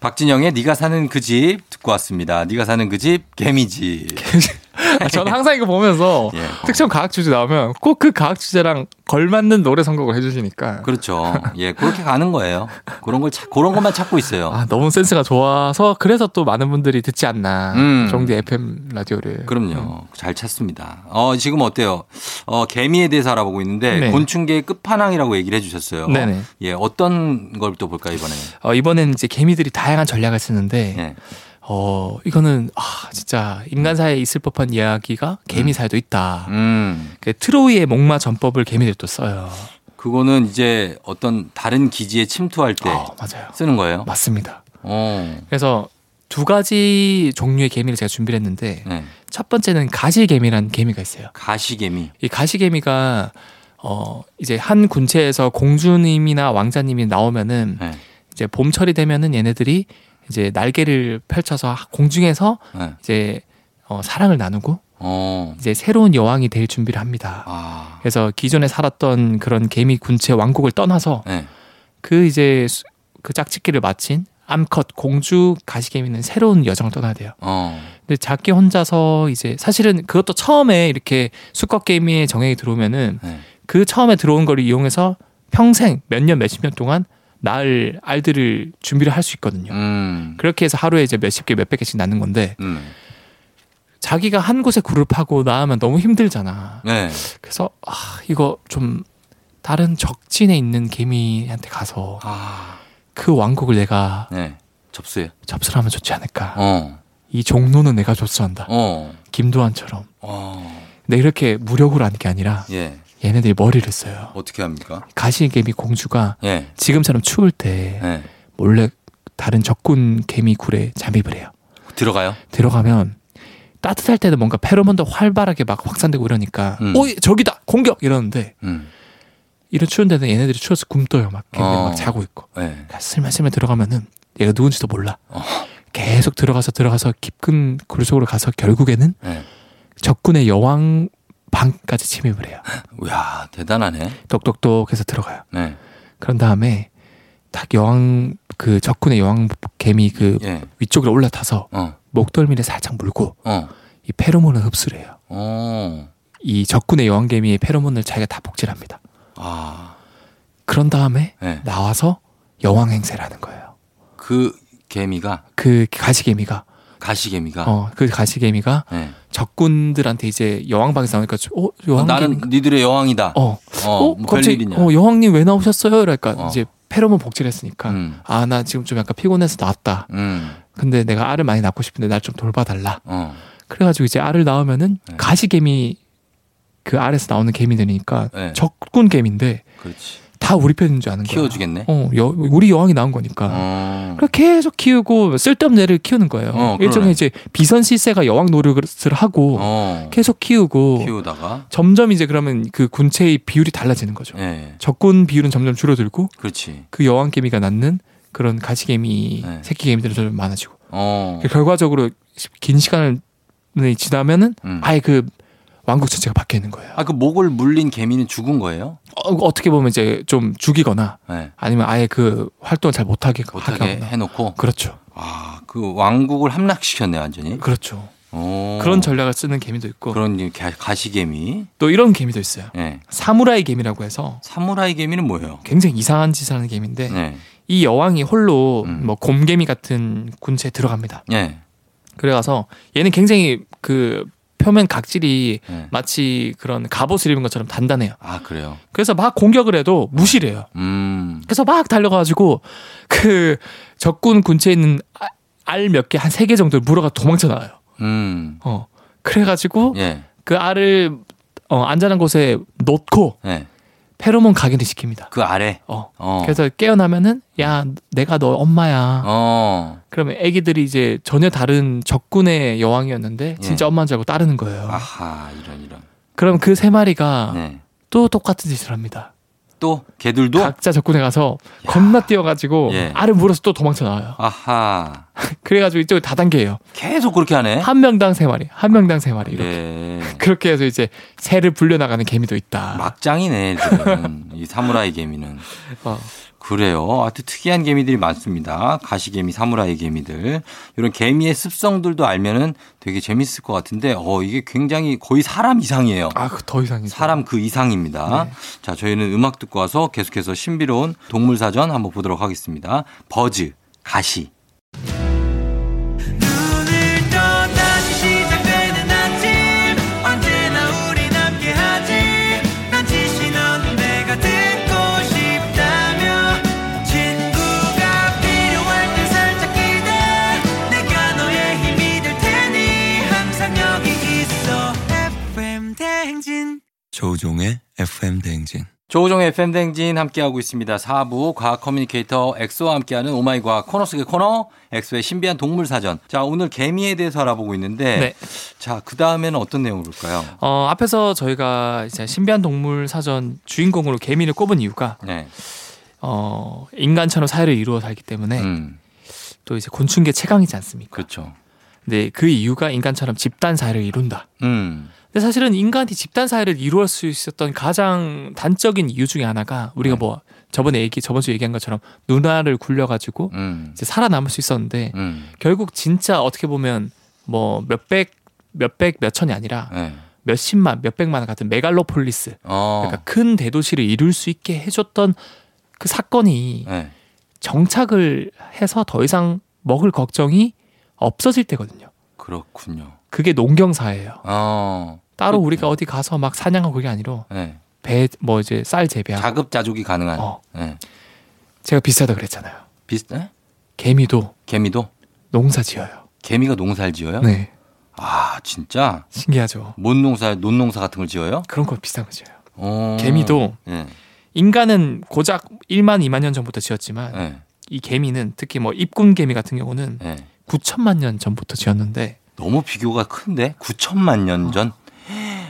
[SPEAKER 1] 박진영의 네가 사는 그 집 듣고 왔습니다. 네가 사는 그 집 개미집.
[SPEAKER 5] 아, 저는 항상 이거 보면서
[SPEAKER 1] 예.
[SPEAKER 5] 특정 과학 주제 나오면 꼭 그 과학 주제랑 걸맞는 노래 선곡을 해주시니까
[SPEAKER 1] 그렇죠. 예, 그렇게 가는 거예요. 그런 걸 찾- 그런 것만 찾고 있어요.
[SPEAKER 5] 아 너무 센스가 좋아서 그래서 또 많은 분들이 듣지 않나
[SPEAKER 1] 음.
[SPEAKER 5] 정디 FM 라디오를
[SPEAKER 1] 그럼요. 잘 찾습니다. 어, 지금 어때요? 어, 개미에 대해서 알아보고 있는데
[SPEAKER 5] 네.
[SPEAKER 1] 곤충계의 끝판왕이라고 얘기를 해 주셨어요.
[SPEAKER 5] 네네.
[SPEAKER 1] 예, 어떤 걸 또 볼까 이번에?
[SPEAKER 5] 어, 이번에는 이제 개미들이 다양한 전략을 쓰는데
[SPEAKER 1] 예.
[SPEAKER 5] 어 이거는 아 진짜 인간 사회에 있을 법한 이야기가 개미 사회도 있다.
[SPEAKER 1] 음.
[SPEAKER 5] 그 트로이의 목마 전법을 개미들이 또 써요.
[SPEAKER 1] 그거는 이제 어떤 다른 기지에 침투할 때
[SPEAKER 5] 어, 맞아요.
[SPEAKER 1] 쓰는 거예요.
[SPEAKER 5] 맞습니다.
[SPEAKER 1] 어.
[SPEAKER 5] 그래서 두 가지 종류의 개미를 제가 준비를 했는데
[SPEAKER 1] 네.
[SPEAKER 5] 첫 번째는 가시개미라는 개미가 있어요.
[SPEAKER 1] 가시개미.
[SPEAKER 5] 이 가시개미가 어 이제 한 군체에서 공주님이나 왕자님이 나오면은
[SPEAKER 1] 네.
[SPEAKER 5] 이제 봄철이 되면은 얘네들이 이제 날개를 펼쳐서 공중에서
[SPEAKER 1] 네.
[SPEAKER 5] 이제 어, 사랑을 나누고
[SPEAKER 1] 어.
[SPEAKER 5] 이제 새로운 여왕이 될 준비를 합니다.
[SPEAKER 1] 아.
[SPEAKER 5] 그래서 기존에 살았던 그런 개미 군체 왕국을 떠나서
[SPEAKER 1] 네.
[SPEAKER 5] 그 이제 수- 그 짝짓기를 마친 암컷 공주 가시개미는 새로운 여정을 떠나야 돼요.
[SPEAKER 1] 어.
[SPEAKER 5] 근데 자기 혼자서 이제 사실은 그것도 처음에 이렇게 수컷 개미의 정액이 들어오면은
[SPEAKER 1] 네.
[SPEAKER 5] 그 처음에 들어온 거를 이용해서 평생 몇 년 몇십 년 동안 낳을 알들을 준비를 할 수 있거든요.
[SPEAKER 1] 음.
[SPEAKER 5] 그렇게 해서 하루에 이제 몇십 개 몇백 개씩 낳는 건데
[SPEAKER 1] 음.
[SPEAKER 5] 자기가 한 곳에 굴을 파고 낳으면 너무 힘들잖아.
[SPEAKER 1] 네.
[SPEAKER 5] 그래서 아 이거 좀 다른 적진에 있는 개미한테 가서
[SPEAKER 1] 아.
[SPEAKER 5] 그 왕국을 내가
[SPEAKER 1] 네. 접수해.
[SPEAKER 5] 접수를 하면 좋지 않을까.
[SPEAKER 1] 어.
[SPEAKER 5] 이 종로는 내가 접수한다.
[SPEAKER 1] 어.
[SPEAKER 5] 김도환처럼.
[SPEAKER 1] 어.
[SPEAKER 5] 근데 이렇게 무력으로 하는 게 아니라
[SPEAKER 1] 예.
[SPEAKER 5] 얘네들이 머리를 써요.
[SPEAKER 1] 어떻게 합니까?
[SPEAKER 5] 가시개미 공주가
[SPEAKER 1] 예.
[SPEAKER 5] 지금처럼 추울 때
[SPEAKER 1] 예.
[SPEAKER 5] 몰래 다른 적군 개미 굴에 잠입을 해요.
[SPEAKER 1] 들어가요?
[SPEAKER 5] 들어가면 따뜻할 때는 뭔가 페로몬도 활발하게 막 확산되고 이러니까
[SPEAKER 1] 음.
[SPEAKER 5] 오이 저기다 공격 이러는데
[SPEAKER 1] 음.
[SPEAKER 5] 이런 추운 데는 얘네들이 추워서 굶떠요 막 개미가
[SPEAKER 1] 어.
[SPEAKER 5] 막 자고 있고
[SPEAKER 1] 예.
[SPEAKER 5] 그러니까 슬며슬며 들어가면은 얘가 누군지도 몰라
[SPEAKER 1] 어.
[SPEAKER 5] 계속 들어가서 들어가서 깊은 굴 속으로 가서 결국에는
[SPEAKER 1] 네.
[SPEAKER 5] 적군의 여왕 방까지 침입을 해요.
[SPEAKER 1] 야 대단하네.
[SPEAKER 5] 똑똑똑해서 들어가요.
[SPEAKER 1] 네.
[SPEAKER 5] 그런 다음에 딱 여왕 그 적군의 여왕 개미 그
[SPEAKER 1] 예.
[SPEAKER 5] 위쪽으로 올라타서
[SPEAKER 1] 어.
[SPEAKER 5] 목덜미를 살짝 물고
[SPEAKER 1] 어.
[SPEAKER 5] 이 페로몬을 흡수를 해요.
[SPEAKER 1] 어.
[SPEAKER 5] 이 적군의 여왕 개미의 페로몬을 자기가 다 복제합니다.
[SPEAKER 1] 아.
[SPEAKER 5] 그런 다음에
[SPEAKER 1] 예.
[SPEAKER 5] 나와서 여왕 행세를 하는 거예요.
[SPEAKER 1] 그 개미가
[SPEAKER 5] 그 가시개미가
[SPEAKER 1] 가시개미가.
[SPEAKER 5] 어 그 가시개미가
[SPEAKER 1] 예.
[SPEAKER 5] 적군들한테 이제 여왕방에서 나오니까 좀, 어 여왕
[SPEAKER 1] 나는
[SPEAKER 5] 개미가
[SPEAKER 1] 니들의 여왕이다.
[SPEAKER 5] 어,
[SPEAKER 1] 어.
[SPEAKER 5] 어,
[SPEAKER 1] 뭐
[SPEAKER 5] 갑자기
[SPEAKER 1] 별일이냐.
[SPEAKER 5] 어, 여왕님 왜 나오셨어요? 그러니까
[SPEAKER 1] 어.
[SPEAKER 5] 이제 페로몬 복제를 했으니까
[SPEAKER 1] 음.
[SPEAKER 5] 아 나 지금 좀 약간 피곤해서 나왔다.
[SPEAKER 1] 음.
[SPEAKER 5] 근데 내가 알을 많이 낳고 싶은데 날 좀 돌봐달라.
[SPEAKER 1] 어.
[SPEAKER 5] 그래가지고 이제 알을 낳으면은
[SPEAKER 1] 네.
[SPEAKER 5] 가시개미 그 알에서 나오는 개미들이니까
[SPEAKER 1] 네.
[SPEAKER 5] 적군 개미인데
[SPEAKER 1] 그렇지.
[SPEAKER 5] 다 우리 편인 줄 아는 거야.
[SPEAKER 1] 키워주겠네.
[SPEAKER 5] 어, 여- 우리 여왕이 낳은 거니까.
[SPEAKER 1] 어.
[SPEAKER 5] 그래 계속 키우고 쓸데없는 애를 키우는 거예요.
[SPEAKER 1] 어, 그러네.
[SPEAKER 5] 일종의 이제 비선 실세가 여왕 노릇을 하고
[SPEAKER 1] 어.
[SPEAKER 5] 계속 키우고
[SPEAKER 1] 키우다가.
[SPEAKER 5] 점점 이제 그러면 그 군체의 비율이 달라지는 거죠.
[SPEAKER 1] 예.
[SPEAKER 5] 적군 비율은 점점 줄어들고
[SPEAKER 1] 그렇지.
[SPEAKER 5] 그 여왕 개미가 낳는 그런 가시개미,
[SPEAKER 1] 네.
[SPEAKER 5] 새끼 개미들은 점점 많아지고
[SPEAKER 1] 어.
[SPEAKER 5] 결과적으로 긴 시간이 지나면은
[SPEAKER 1] 음.
[SPEAKER 5] 아예 그 왕국 전체가 바뀌어 있는 거예요.
[SPEAKER 1] 아, 그 목을 물린 개미는 죽은 거예요?
[SPEAKER 5] 어, 떻게 보면 이제 좀 죽이거나
[SPEAKER 1] 예.
[SPEAKER 5] 아니면 아예 그 활동을 잘 못하게
[SPEAKER 1] 못하게
[SPEAKER 5] 하거나.
[SPEAKER 1] 해놓고.
[SPEAKER 5] 그렇죠.
[SPEAKER 1] 아, 그 왕국을 함락시켰네, 완전히.
[SPEAKER 5] 그렇죠.
[SPEAKER 1] 오.
[SPEAKER 5] 그런 전략을 쓰는 개미도
[SPEAKER 1] 음?
[SPEAKER 5] 있고
[SPEAKER 1] 어. 그런 게 가- 가시개미.
[SPEAKER 5] 또 이런 개미도 있어요.
[SPEAKER 1] 예.
[SPEAKER 5] 사무라이 개미라고 해서
[SPEAKER 1] 사무라이 개미는 뭐예요?
[SPEAKER 5] 굉장히 이상한 짓을 하는 개미인데
[SPEAKER 1] 예.
[SPEAKER 5] 이 여왕이 홀로
[SPEAKER 1] 음.
[SPEAKER 5] 뭐 곰개미 같은 군체에 들어갑니다.
[SPEAKER 1] 예.
[SPEAKER 5] 그래가서 얘는 굉장히 그 표면 각질이
[SPEAKER 1] 예.
[SPEAKER 5] 마치 그런 갑옷을 입은 것처럼 단단해요.
[SPEAKER 1] 아, 그래요.
[SPEAKER 5] 그래서 막 공격을 해도 무시를 해요.
[SPEAKER 1] 음.
[SPEAKER 5] 그래서 막 달려가지고 그 적군 군체에 있는 아, 알 몇 개 한 세 개 정도 를 물어가 도망쳐 나와요.
[SPEAKER 1] 음.
[SPEAKER 5] 어. 그래가지고
[SPEAKER 1] 예.
[SPEAKER 5] 그 알을 어, 안전한 곳에 놓고
[SPEAKER 1] 예.
[SPEAKER 5] 페로몬 각인을 시킵니다.
[SPEAKER 1] 그 아래.
[SPEAKER 5] 어.
[SPEAKER 1] 어.
[SPEAKER 5] 그래서 깨어나면은 야 내가 너 엄마야.
[SPEAKER 1] 어.
[SPEAKER 5] 그러면 애기들이 이제 전혀 다른 적군의 여왕이었는데 진짜
[SPEAKER 1] 예.
[SPEAKER 5] 엄마인 줄 알고 따르는 거예요.
[SPEAKER 1] 아하, 이런 이런.
[SPEAKER 5] 그럼 그 세 마리가
[SPEAKER 1] 네.
[SPEAKER 5] 또 똑같은 짓을 합니다.
[SPEAKER 1] 또 개들도
[SPEAKER 5] 각자 적군에 가서
[SPEAKER 1] 야.
[SPEAKER 5] 겁나 뛰어가지고
[SPEAKER 1] 예.
[SPEAKER 5] 알을 물어서 또 도망쳐 나와요.
[SPEAKER 1] 아하.
[SPEAKER 5] 그래가지고 이쪽이 다단계예요.
[SPEAKER 1] 계속 그렇게 하네.
[SPEAKER 5] 한 명당 세 마리, 한 명당 세 마리 이렇게.
[SPEAKER 1] 예.
[SPEAKER 5] 그렇게 해서 이제 새를 불려나가는 개미도 있다.
[SPEAKER 1] 막장이네, 애들은. 이 사무라이 개미는.
[SPEAKER 5] 어.
[SPEAKER 1] 그래요. 아주 특이한 개미들이 많습니다. 가시개미, 사무라이 개미들. 이런 개미의 습성들도 알면은 되게 재밌을 것 같은데, 어, 이게 굉장히 거의 사람 이상이에요.
[SPEAKER 5] 아, 네. 그더 이상이죠.
[SPEAKER 1] 사람 그 이상입니다. 자, 저희는 음악 듣고 와서 계속해서 신비로운 동물 사전 한번 보도록 하겠습니다. 버즈, 가시.
[SPEAKER 3] 오늘 또 다시 시작되는 아침 언제나 우린 함께하지 난 지시 넌 내가 듣고 싶다며 친구가 필요할 때 살짝 기대 내가 너의 힘이 될 테니 항상 여기 있어 FM 대행진
[SPEAKER 6] 조종의 FM 대행진
[SPEAKER 1] 조우종의 팬댕진 함께하고 있습니다. 4부 과학 커뮤니케이터 엑소와 함께하는 오마이 과학 코너 속의 코너 엑소의 신비한 동물 사전. 자, 오늘 개미에 대해서 알아보고 있는데
[SPEAKER 5] 네.
[SPEAKER 1] 자, 그 다음에는 어떤 내용을 볼까요?
[SPEAKER 5] 어, 앞에서 저희가 이제 신비한 동물 사전 주인공으로 개미를 꼽은 이유가
[SPEAKER 1] 네.
[SPEAKER 5] 어, 인간처럼 사회를 이루어 살기 때문에
[SPEAKER 1] 음,
[SPEAKER 5] 또 이제 곤충계 최강이지 않습니까?
[SPEAKER 1] 그렇죠.
[SPEAKER 5] 근데 그 이유가 인간처럼 집단 사회를 이룬다.
[SPEAKER 1] 음.
[SPEAKER 5] 근데 사실은 인간이 집단 사회를 이루어 수 있었던 가장 단적인 이유 중에 하나가 우리가
[SPEAKER 1] 네.
[SPEAKER 5] 뭐 저번에 얘기 저번 주에 얘기한 것처럼 누나를 굴려가지고
[SPEAKER 1] 음.
[SPEAKER 5] 이제 살아남을 수 있었는데
[SPEAKER 1] 음.
[SPEAKER 5] 결국 진짜 어떻게 보면 뭐 몇백 몇백 몇천이 아니라
[SPEAKER 1] 네.
[SPEAKER 5] 몇십만 몇백만 원 같은 메갈로폴리스
[SPEAKER 1] 어.
[SPEAKER 5] 그러니까 큰 대도시를 이룰 수 있게 해줬던 그 사건이
[SPEAKER 1] 네.
[SPEAKER 5] 정착을 해서 더 이상 먹을 걱정이 없어질 때거든요.
[SPEAKER 1] 그렇군요.
[SPEAKER 5] 그게 농경사예요.
[SPEAKER 1] 어.
[SPEAKER 5] 따로
[SPEAKER 1] 그렇죠.
[SPEAKER 5] 우리가 어디 가서 막 사냥하고 그게 아니라
[SPEAKER 1] 네.
[SPEAKER 5] 배 뭐 이제 쌀 재배하고
[SPEAKER 1] 자급자족이 가능한.
[SPEAKER 5] 어.
[SPEAKER 1] 네.
[SPEAKER 5] 제가 비싸다 그랬잖아요.
[SPEAKER 1] 비슷해? 네?
[SPEAKER 5] 개미도
[SPEAKER 1] 개미도
[SPEAKER 5] 농사 지어요.
[SPEAKER 1] 개미가 농사를 지어요?
[SPEAKER 5] 네.
[SPEAKER 1] 아, 진짜?
[SPEAKER 5] 신기하죠.
[SPEAKER 1] 뭔 농사, 논 농사 같은 걸 지어요?
[SPEAKER 5] 그런 거 비싼 거 지어요.
[SPEAKER 1] 어.
[SPEAKER 5] 개미도
[SPEAKER 1] 예.
[SPEAKER 5] 인간은 고작 1만 2만 년 전부터 지었지만
[SPEAKER 1] 예.
[SPEAKER 5] 이 개미는 특히 뭐 입군 개미 같은 경우는
[SPEAKER 1] 예.
[SPEAKER 5] 9천만 년 전부터 지었는데
[SPEAKER 1] 너무 비교가 큰데 9천만 년 전.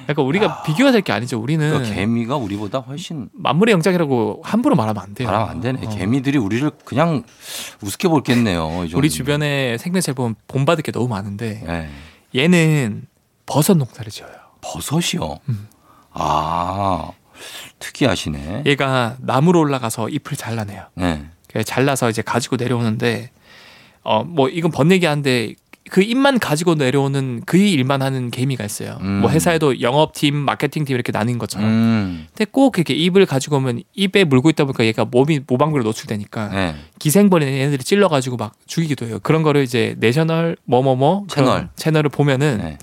[SPEAKER 5] 약간 우리가 비교해야 될 게 아니죠. 우리는
[SPEAKER 1] 그러니까 개미가 우리보다 훨씬
[SPEAKER 5] 만물의 영장이라고 함부로 말하면 안 돼요.
[SPEAKER 1] 바람 안 되네.
[SPEAKER 5] 어.
[SPEAKER 1] 개미들이 우리를 그냥 우습게 볼겠네요. 이 정도면.
[SPEAKER 5] 우리 주변에 생명체 보면 본받을 게 너무 많은데
[SPEAKER 1] 예.
[SPEAKER 5] 얘는 버섯 농사를 지어요.
[SPEAKER 1] 버섯이요.
[SPEAKER 5] 음.
[SPEAKER 1] 아
[SPEAKER 5] 예.
[SPEAKER 1] 특이하시네.
[SPEAKER 5] 얘가 나무로 올라가서 잎을 잘라내요.
[SPEAKER 1] 네.
[SPEAKER 5] 그래서 잘라서 이제 가지고 내려오는데 어 뭐 이건 번내기 한데 그 잎만 가지고 내려오는 그 일만 하는 개미가 있어요.
[SPEAKER 1] 음.
[SPEAKER 5] 뭐 회사에도 영업팀, 마케팅팀 이렇게 나뉜 것처럼.
[SPEAKER 1] 음.
[SPEAKER 5] 근데 꼭 이렇게 잎을 가지고 오면 잎에 물고 있다 보니까 얘가 몸이 모방구로 노출되니까
[SPEAKER 1] 네.
[SPEAKER 5] 기생벌이 얘네들이 찔러가지고 막 죽이기도 해요. 그런 거를 이제 내셔널 뭐뭐뭐 그런
[SPEAKER 1] 채널.
[SPEAKER 5] 채널을 보면은
[SPEAKER 1] 네.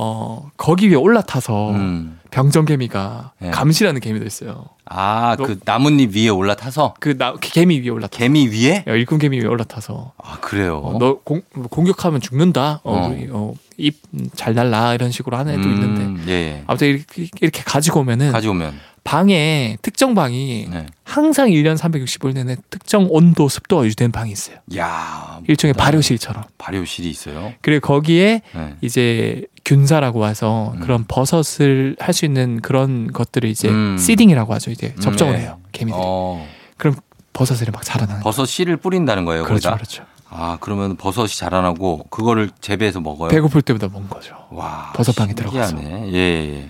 [SPEAKER 5] 어 거기 위에 올라타서
[SPEAKER 1] 음.
[SPEAKER 5] 병정개미가
[SPEAKER 1] 네.
[SPEAKER 5] 감시라는 개미도 있어요.
[SPEAKER 1] 아그 나뭇잎 위에 올라타서
[SPEAKER 5] 그 나 개미 위에 올라타.
[SPEAKER 1] 개미 위에?
[SPEAKER 5] 야, 일꾼 개미 위에 올라타서
[SPEAKER 1] 아 그래요.
[SPEAKER 5] 예. 어, 너 공, 공격하면 죽는다. 어,
[SPEAKER 1] 어.
[SPEAKER 5] 우리, 어, 입잘 날라 이런 식으로 하는 애도
[SPEAKER 1] 음,
[SPEAKER 5] 있는데 네.
[SPEAKER 1] 예.
[SPEAKER 5] 아무튼 이렇게, 이렇게 가지고 오면은
[SPEAKER 1] 가져오면.
[SPEAKER 5] 방에 특정 방이
[SPEAKER 1] 네.
[SPEAKER 5] 항상 1년 365일 내내 특정 온도 습도가 유지된 방이 있어요.
[SPEAKER 1] 야
[SPEAKER 5] 일종의 발효실처럼.
[SPEAKER 1] 발효실이 있어요.
[SPEAKER 5] 그리고 거기에
[SPEAKER 1] 네.
[SPEAKER 5] 이제 균사라고 와서
[SPEAKER 1] 음.
[SPEAKER 5] 그런 버섯을 할 수 있는 그런 것들을 이제
[SPEAKER 1] 음.
[SPEAKER 5] 시딩이라고 하죠. 이제 접종을
[SPEAKER 1] 네.
[SPEAKER 5] 해요. 개미들이.
[SPEAKER 1] 어,
[SPEAKER 5] 버섯을 막 자라나는.
[SPEAKER 1] 버섯 씨를 뿌린다는 거예요.
[SPEAKER 5] 그렇죠.
[SPEAKER 1] 거기다?
[SPEAKER 5] 그렇죠.
[SPEAKER 1] 아 그러면 버섯이 자라나고 그거를 재배해서 먹어요.
[SPEAKER 5] 배고플 때보다 먼 거죠.
[SPEAKER 1] 와
[SPEAKER 5] 버섯방에
[SPEAKER 1] 신기하네. 예, 예.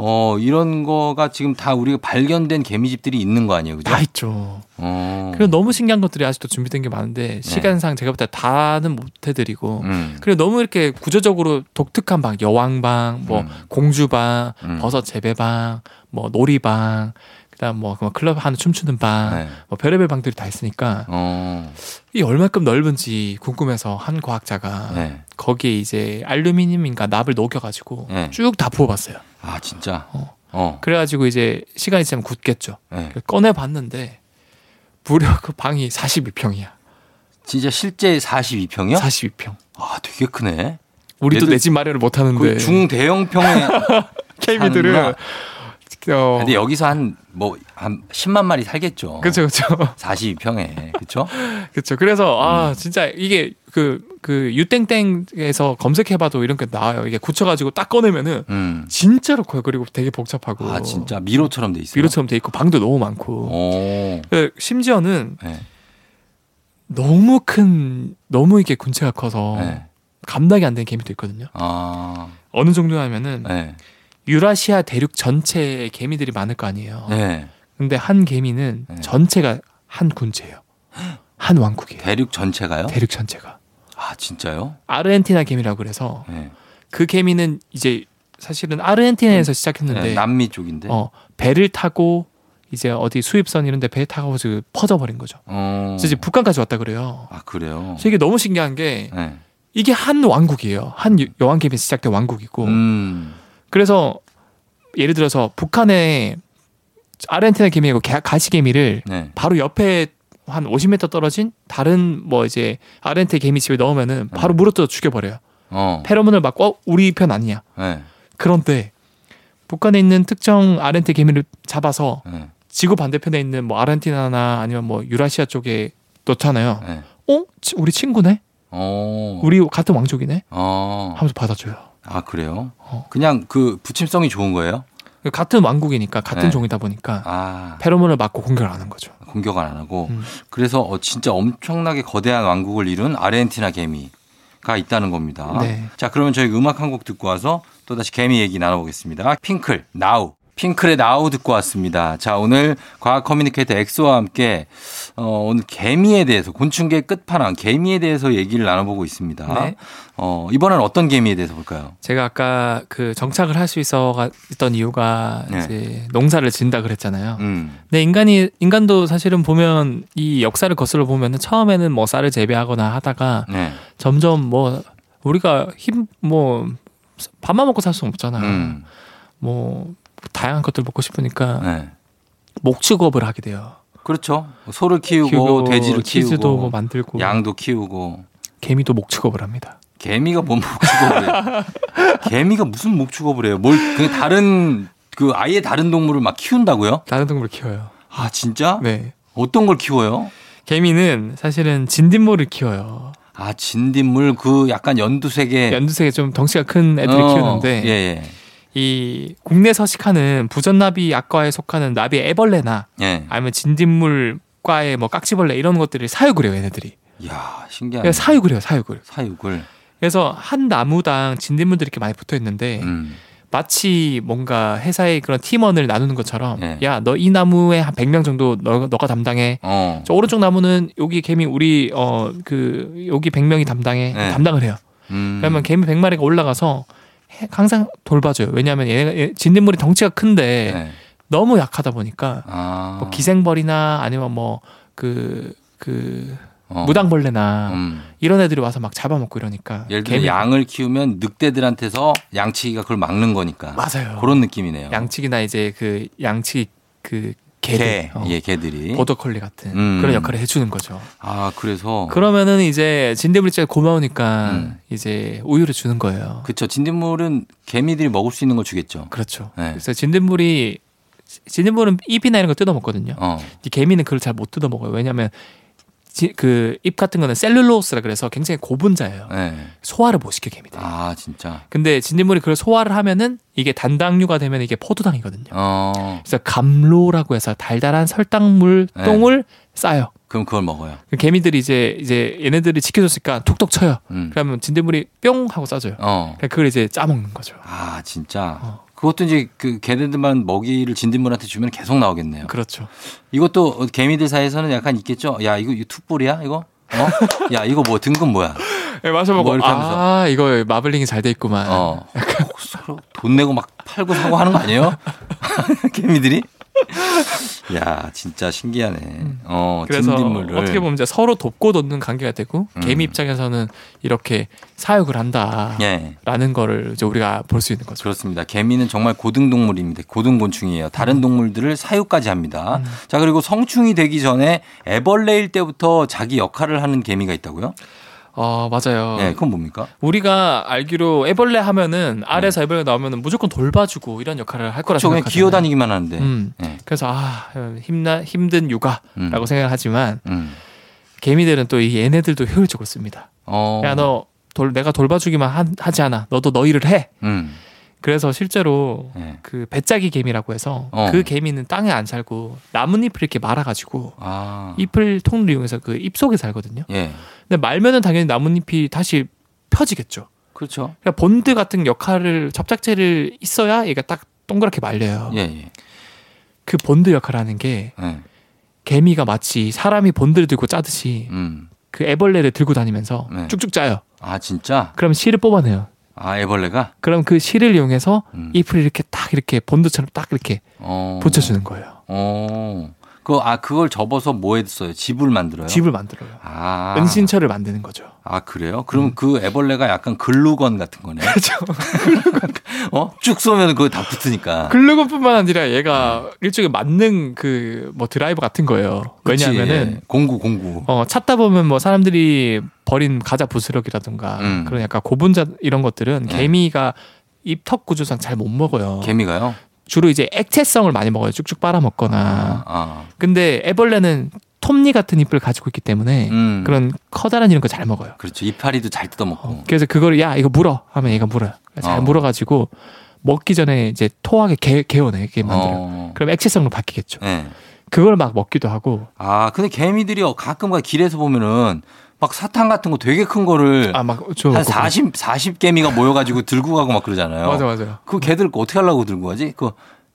[SPEAKER 1] 어 이런 거가 지금 다 우리가 발견된 개미집들이 있는 거 아니에요, 그죠?
[SPEAKER 5] 다 있죠.
[SPEAKER 1] 어.
[SPEAKER 5] 그리고 너무 신기한 것들이 아직도 준비된 게 많은데 시간상 제가 볼때 다는 못 해드리고
[SPEAKER 1] 네. 음.
[SPEAKER 5] 그리고 너무 이렇게 구조적으로 독특한 방 여왕방 뭐
[SPEAKER 1] 음.
[SPEAKER 5] 공주방
[SPEAKER 1] 음.
[SPEAKER 5] 버섯 재배방 뭐 놀이방 그다음 뭐그 클럽 하는 춤추는 방
[SPEAKER 1] 네.
[SPEAKER 5] 뭐 별의별 방들이 다 있으니까
[SPEAKER 1] 어.
[SPEAKER 5] 이 얼마큼 넓은지 궁금해서 한 과학자가
[SPEAKER 1] 네.
[SPEAKER 5] 거기에 이제 알루미늄인가 납을 녹여가지고
[SPEAKER 1] 네.
[SPEAKER 5] 쭉 다 부어봤어요.
[SPEAKER 1] 아 진짜.
[SPEAKER 5] 어.
[SPEAKER 1] 어.
[SPEAKER 5] 그래가지고 이제 시간이 지나면 굳겠죠.
[SPEAKER 1] 네.
[SPEAKER 5] 꺼내봤는데 무려 그 방이 42평이야.
[SPEAKER 1] 진짜 실제 42평이요?
[SPEAKER 5] 42평.
[SPEAKER 1] 아 되게 크네.
[SPEAKER 5] 우리도
[SPEAKER 1] 얘들-
[SPEAKER 5] 내 집 마련을 못하는데
[SPEAKER 1] 그 중대형 평에.
[SPEAKER 5] 케미들은 어,
[SPEAKER 1] 근데 여기서 한 뭐 한 10만 마리 살겠죠.
[SPEAKER 5] 그렇죠 그렇죠
[SPEAKER 1] 42평에 그렇죠?
[SPEAKER 5] 그렇죠. 그래서
[SPEAKER 1] 음.
[SPEAKER 5] 아 진짜 이게 그 그 유땡땡에서 검색해봐도 이런 게 나와요. 이게 굳혀가지고 딱 꺼내면은
[SPEAKER 1] 음.
[SPEAKER 5] 진짜로 커요. 그리고 되게 복잡하고
[SPEAKER 1] 아 진짜 어. 미로처럼 돼 있어요.
[SPEAKER 5] 비로처럼 돼 있고 방도 너무 많고
[SPEAKER 1] 오.
[SPEAKER 5] 그 심지어는
[SPEAKER 1] 네.
[SPEAKER 5] 너무 큰 너무 이게 군체가 커서
[SPEAKER 1] 네.
[SPEAKER 5] 감당이 안 되는 개미도 있거든요.
[SPEAKER 1] 아.
[SPEAKER 5] 어느 정도냐면은
[SPEAKER 1] 네.
[SPEAKER 5] 유라시아 대륙 전체에 개미들이 많을 거 아니에요.
[SPEAKER 1] 네.
[SPEAKER 5] 근데 한 개미는
[SPEAKER 1] 네.
[SPEAKER 5] 전체가 한 군체예요. 한 왕국이에요.
[SPEAKER 1] 대륙 전체가요?
[SPEAKER 5] 대륙 전체가.
[SPEAKER 1] 아 진짜요?
[SPEAKER 5] 아르헨티나 개미라고 그래서
[SPEAKER 1] 네.
[SPEAKER 5] 그 개미는 이제 사실은 아르헨티나에서 시작했는데
[SPEAKER 1] 네, 남미 쪽인데. 어.
[SPEAKER 5] 어, 배를 타고 이제 어디 수입선 이런 데 배 타고 지금 퍼져버린 거죠. 그래서 이제 북한까지 왔다 그래요.
[SPEAKER 1] 어. 아 그래요.
[SPEAKER 5] 그래서 이게 너무 신기한 게
[SPEAKER 1] 음. 네.
[SPEAKER 5] 이게 한 왕국이에요. 한 여- 여왕 개미 시작된 왕국이고.
[SPEAKER 1] 음.
[SPEAKER 5] 그래서 예를 들어서 북한의 아르헨티나 개미하고 개- 가시 개미를
[SPEAKER 1] 네.
[SPEAKER 5] 바로 옆에 한 50m 떨어진 다른 뭐 이제 아르헨티나 개미 집에 넣으면은 바로
[SPEAKER 1] 음.
[SPEAKER 5] 물어뜯어 죽여버려요.
[SPEAKER 1] 어.
[SPEAKER 5] 페로몬을 막고 어, 우리 편 아니야.
[SPEAKER 1] 네.
[SPEAKER 5] 그런데 북한에 있는 특정 아르헨티나 개미를 잡아서
[SPEAKER 1] 네.
[SPEAKER 5] 지구 반대편에 있는 뭐 아르헨티나나 아니면 뭐 유라시아 쪽에 놓잖아요.
[SPEAKER 1] 네.
[SPEAKER 5] 어? 치- 우리 친구네?
[SPEAKER 1] 어.
[SPEAKER 5] 우리 같은 왕족이네?
[SPEAKER 1] 어.
[SPEAKER 5] 하면서 받아줘요.
[SPEAKER 1] 아 그래요?
[SPEAKER 5] 어.
[SPEAKER 1] 그냥 그 붙임성이 좋은 거예요?
[SPEAKER 5] 같은 왕국이니까 같은
[SPEAKER 1] 네.
[SPEAKER 5] 종이다 보니까
[SPEAKER 1] 아
[SPEAKER 5] 페로몬을 맞고 공격을 안 한 거죠.
[SPEAKER 1] 공격을 안 하고
[SPEAKER 5] 음.
[SPEAKER 1] 그래서 어, 진짜 엄청나게 거대한 왕국을 이룬 아르헨티나 개미가 있다는 겁니다.
[SPEAKER 5] 네.
[SPEAKER 1] 자 그러면 저희 음악 한 곡 듣고 와서 또 다시 개미 얘기 나눠보겠습니다. 핑클 나우 핑클의 나우 듣고 왔습니다. 자 오늘 과학 커뮤니케이터 엑소와 함께 어, 오늘 개미에 대해서 곤충계 끝판왕 개미에 대해서 얘기를 나눠보고 있습니다.
[SPEAKER 5] 네.
[SPEAKER 1] 어, 이번엔 어떤 개미에 대해서 볼까요?
[SPEAKER 5] 제가 아까 그 정착을 할 수 있어 있던 이유가
[SPEAKER 1] 네.
[SPEAKER 5] 이제 농사를 진다 그랬잖아요.
[SPEAKER 1] 음,
[SPEAKER 5] 근데 인간이 인간도 사실은 보면 이 역사를 거슬러 보면은 처음에는 뭐 쌀을 재배하거나 하다가
[SPEAKER 1] 네,
[SPEAKER 5] 점점 뭐 우리가 힘 뭐 밥만 먹고 살 수는 없잖아.
[SPEAKER 1] 음,
[SPEAKER 5] 뭐 다양한 것들 먹고 싶으니까
[SPEAKER 1] 네.
[SPEAKER 5] 목축업을 하게 돼요.
[SPEAKER 1] 그렇죠. 소를 키우고, 돼지를
[SPEAKER 5] 치즈도 뭐
[SPEAKER 1] 키우고
[SPEAKER 5] 만들고
[SPEAKER 1] 양도 키우고
[SPEAKER 5] 개미도 목축업을 합니다.
[SPEAKER 1] 개미가 뭔 목축업을 해요? 개미가 무슨 목축업을 해요? 뭘, 그 다른, 그 아예 다른 동물을 막 키운다고요?
[SPEAKER 5] 다른 동물 키워요.
[SPEAKER 1] 아, 진짜?
[SPEAKER 5] 네.
[SPEAKER 1] 어떤 걸 키워요?
[SPEAKER 5] 개미는 사실은 진딧모를 키워요.
[SPEAKER 1] 아, 진딧물, 그 약간 연두색의.
[SPEAKER 5] 연두색에 좀 덩치가 큰 애들을
[SPEAKER 1] 어,
[SPEAKER 5] 키우는데
[SPEAKER 1] 예, 예.
[SPEAKER 5] 이 국내 서식하는 부전나비 약과에 속하는 나비 애벌레나
[SPEAKER 1] 예.
[SPEAKER 5] 아니면 진딧물과의 뭐 깍지벌레 이런 것들을 사육을 해요 얘네들이
[SPEAKER 1] 이야, 신기하네.
[SPEAKER 5] 그냥 사육을 해요 사육을
[SPEAKER 1] 사육을.
[SPEAKER 5] 그래서 한 나무당 진딧물들이 이렇게 많이 붙어 있는데
[SPEAKER 1] 음.
[SPEAKER 5] 마치 뭔가 회사의 그런 팀원을 나누는 것처럼
[SPEAKER 1] 네.
[SPEAKER 5] 야 너 이 나무에 한 100명 정도 너, 너가 담당해.
[SPEAKER 1] 어.
[SPEAKER 5] 저 오른쪽 나무는 여기 개미 우리 어 그 여기 100명이 담당해.
[SPEAKER 1] 네.
[SPEAKER 5] 담당을 해요.
[SPEAKER 1] 음.
[SPEAKER 5] 그러면 개미 100마리가 올라가서 해- 항상 돌봐줘요. 왜냐하면 얘가 얘- 진딧물이 덩치가 큰데
[SPEAKER 1] 네.
[SPEAKER 5] 너무 약하다 보니까
[SPEAKER 1] 아.
[SPEAKER 5] 예. 뭐 기생벌이나 아니면 뭐 그 그
[SPEAKER 1] 어.
[SPEAKER 5] 무당벌레나
[SPEAKER 1] 음.
[SPEAKER 5] 이런 애들이 와서 막 잡아먹고 이러니까
[SPEAKER 1] 예를 들면
[SPEAKER 5] 개미가-
[SPEAKER 1] 양을 키우면 늑대들한테서 양치기가 그걸 막는 거니까.
[SPEAKER 5] 맞아요.
[SPEAKER 1] 그런 느낌이네요.
[SPEAKER 5] 양치기나 이제 그 양치기 그 개들
[SPEAKER 1] 개.
[SPEAKER 5] 어,
[SPEAKER 1] 예, 개들이.
[SPEAKER 5] 보더컬리 같은
[SPEAKER 1] 음.
[SPEAKER 5] 그런 역할을 해주는 거죠.
[SPEAKER 1] 아, 그래서
[SPEAKER 5] 그러면은 이제 진딧물 진짜 고마우니까
[SPEAKER 1] 음.
[SPEAKER 5] 이제 우유를 주는 거예요.
[SPEAKER 1] 그쵸 진딧물은 개미들이 먹을 수 있는 걸 주겠죠.
[SPEAKER 5] 그렇죠.
[SPEAKER 1] 네.
[SPEAKER 5] 그래서 진딧물이 진딧물은 잎이나 이런 거 뜯어 먹거든요.
[SPEAKER 1] 어.
[SPEAKER 5] 이 개미는 그걸 잘 못 뜯어 먹어요. 왜냐하면 그 잎 같은 거는 셀룰로스라 그래서 굉장히 고분자예요.
[SPEAKER 1] 네.
[SPEAKER 5] 소화를 못 시켜 개미들. 이
[SPEAKER 1] 아, 진짜.
[SPEAKER 5] 근데 진딧물이 그걸 소화를 하면은 이게 단당류가 되면 이게 포도당이거든요.
[SPEAKER 1] 어.
[SPEAKER 5] 그래서 감로라고 해서 달달한 설탕물
[SPEAKER 1] 네.
[SPEAKER 5] 똥을 싸요.
[SPEAKER 1] 그럼 그걸 먹어요.
[SPEAKER 5] 그 개미들이 이제 이제 얘네들이 지켜줬으니까 톡톡 쳐요.
[SPEAKER 1] 음.
[SPEAKER 5] 그러면 진딧물이 뿅 하고 싸줘요. 그러니까
[SPEAKER 1] 어.
[SPEAKER 5] 그냥 그걸 이제 짜먹는 거죠.
[SPEAKER 1] 아, 진짜.
[SPEAKER 5] 어.
[SPEAKER 1] 그것도 이제 그 개들만 먹이를 진딧물한테 주면 계속 나오겠네요.
[SPEAKER 5] 그렇죠.
[SPEAKER 1] 이것도 개미들 사이에서는 약간 있겠죠. 야, 이거 이거 툭볼이야? 이거? 어? 야, 이거 뭐 등급 뭐야?
[SPEAKER 5] 예, 마셔보고
[SPEAKER 1] 뭐 이렇게 하면서.
[SPEAKER 5] 아 이거 마블링이 잘 돼 있구만.
[SPEAKER 1] 어. 꼭 서로 돈 내고 막 팔고 사고 하는 거 아니에요? 개미들이? 야, 진짜 신기하네. 어,
[SPEAKER 5] 음. 그래서
[SPEAKER 1] 진딧물을
[SPEAKER 5] 어떻게 보면 이제 서로 돕고 돕는 관계가 되고
[SPEAKER 1] 음.
[SPEAKER 5] 개미 입장에서는 이렇게 사육을 한다라는
[SPEAKER 1] 예.
[SPEAKER 5] 거를 이제 우리가 볼 수 있는 거죠.
[SPEAKER 1] 그렇습니다. 개미는 정말 고등동물입니다. 고등곤충이에요.
[SPEAKER 5] 음.
[SPEAKER 1] 다른 동물들을 사육까지 합니다. 자, 그리고 성충이 되기 전에 애벌레일 때부터 자기 역할을 하는 개미가 있다고요?
[SPEAKER 5] 어 맞아요.
[SPEAKER 1] 네, 그건 뭡니까?
[SPEAKER 5] 우리가 알기로 애벌레 하면은 알에서 애벌레 나오면은 무조건 돌봐주고 이런 역할을 할 거라
[SPEAKER 1] 음. 그렇죠. 그냥
[SPEAKER 5] 생각하잖아요.
[SPEAKER 1] 기어다니기만 하는데.
[SPEAKER 5] 음.
[SPEAKER 1] 네.
[SPEAKER 5] 그래서 아 힘나 힘든 육아라고
[SPEAKER 1] 음.
[SPEAKER 5] 생각하지만
[SPEAKER 1] 음.
[SPEAKER 5] 개미들은 또 이 얘네들도 효율적으로 씁니다.
[SPEAKER 1] 어.
[SPEAKER 5] 야 너 돌 내가 돌봐주기만 하, 하지 않아. 너도 너 일을 해.
[SPEAKER 1] 음.
[SPEAKER 5] 그래서 실제로
[SPEAKER 1] 네.
[SPEAKER 5] 그 배짜기 개미라고 해서
[SPEAKER 1] 어.
[SPEAKER 5] 그 개미는 땅에 안 살고 나뭇잎을 이렇게 말아가지고
[SPEAKER 1] 아.
[SPEAKER 5] 잎을 통로 이용해서 그 잎 속에 살거든요.
[SPEAKER 1] 예.
[SPEAKER 5] 근데 말면은 당연히 나뭇잎이 다시 펴지겠죠.
[SPEAKER 1] 그렇죠.
[SPEAKER 5] 그러니까 본드 같은 역할을 접착제를 있어야 얘가 딱 동그랗게 말려요.
[SPEAKER 1] 예, 예.
[SPEAKER 5] 그 본드 역할을 하는 게
[SPEAKER 1] 예.
[SPEAKER 5] 개미가 마치 사람이 본드를 들고 짜듯이
[SPEAKER 1] 음.
[SPEAKER 5] 그 애벌레를 들고 다니면서
[SPEAKER 1] 네.
[SPEAKER 5] 쭉쭉 짜요.
[SPEAKER 1] 아, 진짜?
[SPEAKER 5] 그럼 실을 뽑아내요.
[SPEAKER 1] 아, 애벌레가?
[SPEAKER 5] 그럼 그 실을 이용해서
[SPEAKER 1] 음.
[SPEAKER 5] 잎을 이렇게 딱 이렇게 본드처럼 딱 이렇게
[SPEAKER 1] 어.
[SPEAKER 5] 붙여주는 거예요.
[SPEAKER 1] 어. 그, 아, 그걸 접어서 뭐 했어요? 집을 만들어요?
[SPEAKER 5] 집을 만들어요.
[SPEAKER 1] 아.
[SPEAKER 5] 은신처를 만드는 거죠.
[SPEAKER 1] 아 그래요? 그럼 그 애벌레가 약간 글루건 같은 거네.
[SPEAKER 5] 그렇죠.
[SPEAKER 1] 어? 쭉 쏘면 그거 다
[SPEAKER 5] 그렇죠.
[SPEAKER 1] 붙으니까.
[SPEAKER 5] 글루건뿐만 아니라 얘가 일종의 만능 그 뭐 드라이버 같은 거예요.
[SPEAKER 1] 네. 그치?
[SPEAKER 5] 왜냐하면은
[SPEAKER 1] 예. 공구 공구.
[SPEAKER 5] 어 찾다 보면 뭐 사람들이 버린 과자 부스러기라든가
[SPEAKER 1] 음.
[SPEAKER 5] 그런 약간 고분자 이런 것들은
[SPEAKER 1] 네.
[SPEAKER 5] 개미가 입턱 구조상 잘 못 먹어요.
[SPEAKER 1] 개미가요?
[SPEAKER 5] 주로 이제 액체성을 많이 먹어요. 쭉쭉 빨아먹거나.
[SPEAKER 1] 아. 아.
[SPEAKER 5] 근데 애벌레는 톱니 같은 잎을 가지고 있기 때문에
[SPEAKER 1] 음.
[SPEAKER 5] 예. 그런 커다란 이런 거 잘 먹어요.
[SPEAKER 1] 그렇죠. 이파리도 잘
[SPEAKER 5] 어,
[SPEAKER 1] 뜯어먹고.
[SPEAKER 5] 그래서 그걸 야 이거 물어 하면 얘가 물어요. 잘
[SPEAKER 1] 어.
[SPEAKER 5] 물어가지고 먹기 전에 이제 토하게 개 개어내 개 만들어. 요
[SPEAKER 1] 어.
[SPEAKER 5] 그럼 액체성으로 바뀌겠죠.
[SPEAKER 1] 예.
[SPEAKER 5] 그걸 막 먹기도 하고
[SPEAKER 1] 아 근데 개미들이 가끔 가 길에서 보면은 막 사탕 같은 거 되게 큰 거를
[SPEAKER 5] 아막저
[SPEAKER 1] 네. 한 40, 40 개미가 모여가지고 들고 가고 막 그러잖아요.
[SPEAKER 5] 맞아 맞아.
[SPEAKER 1] 그 개들 거 어떻게 하려고 들고 가지? 그거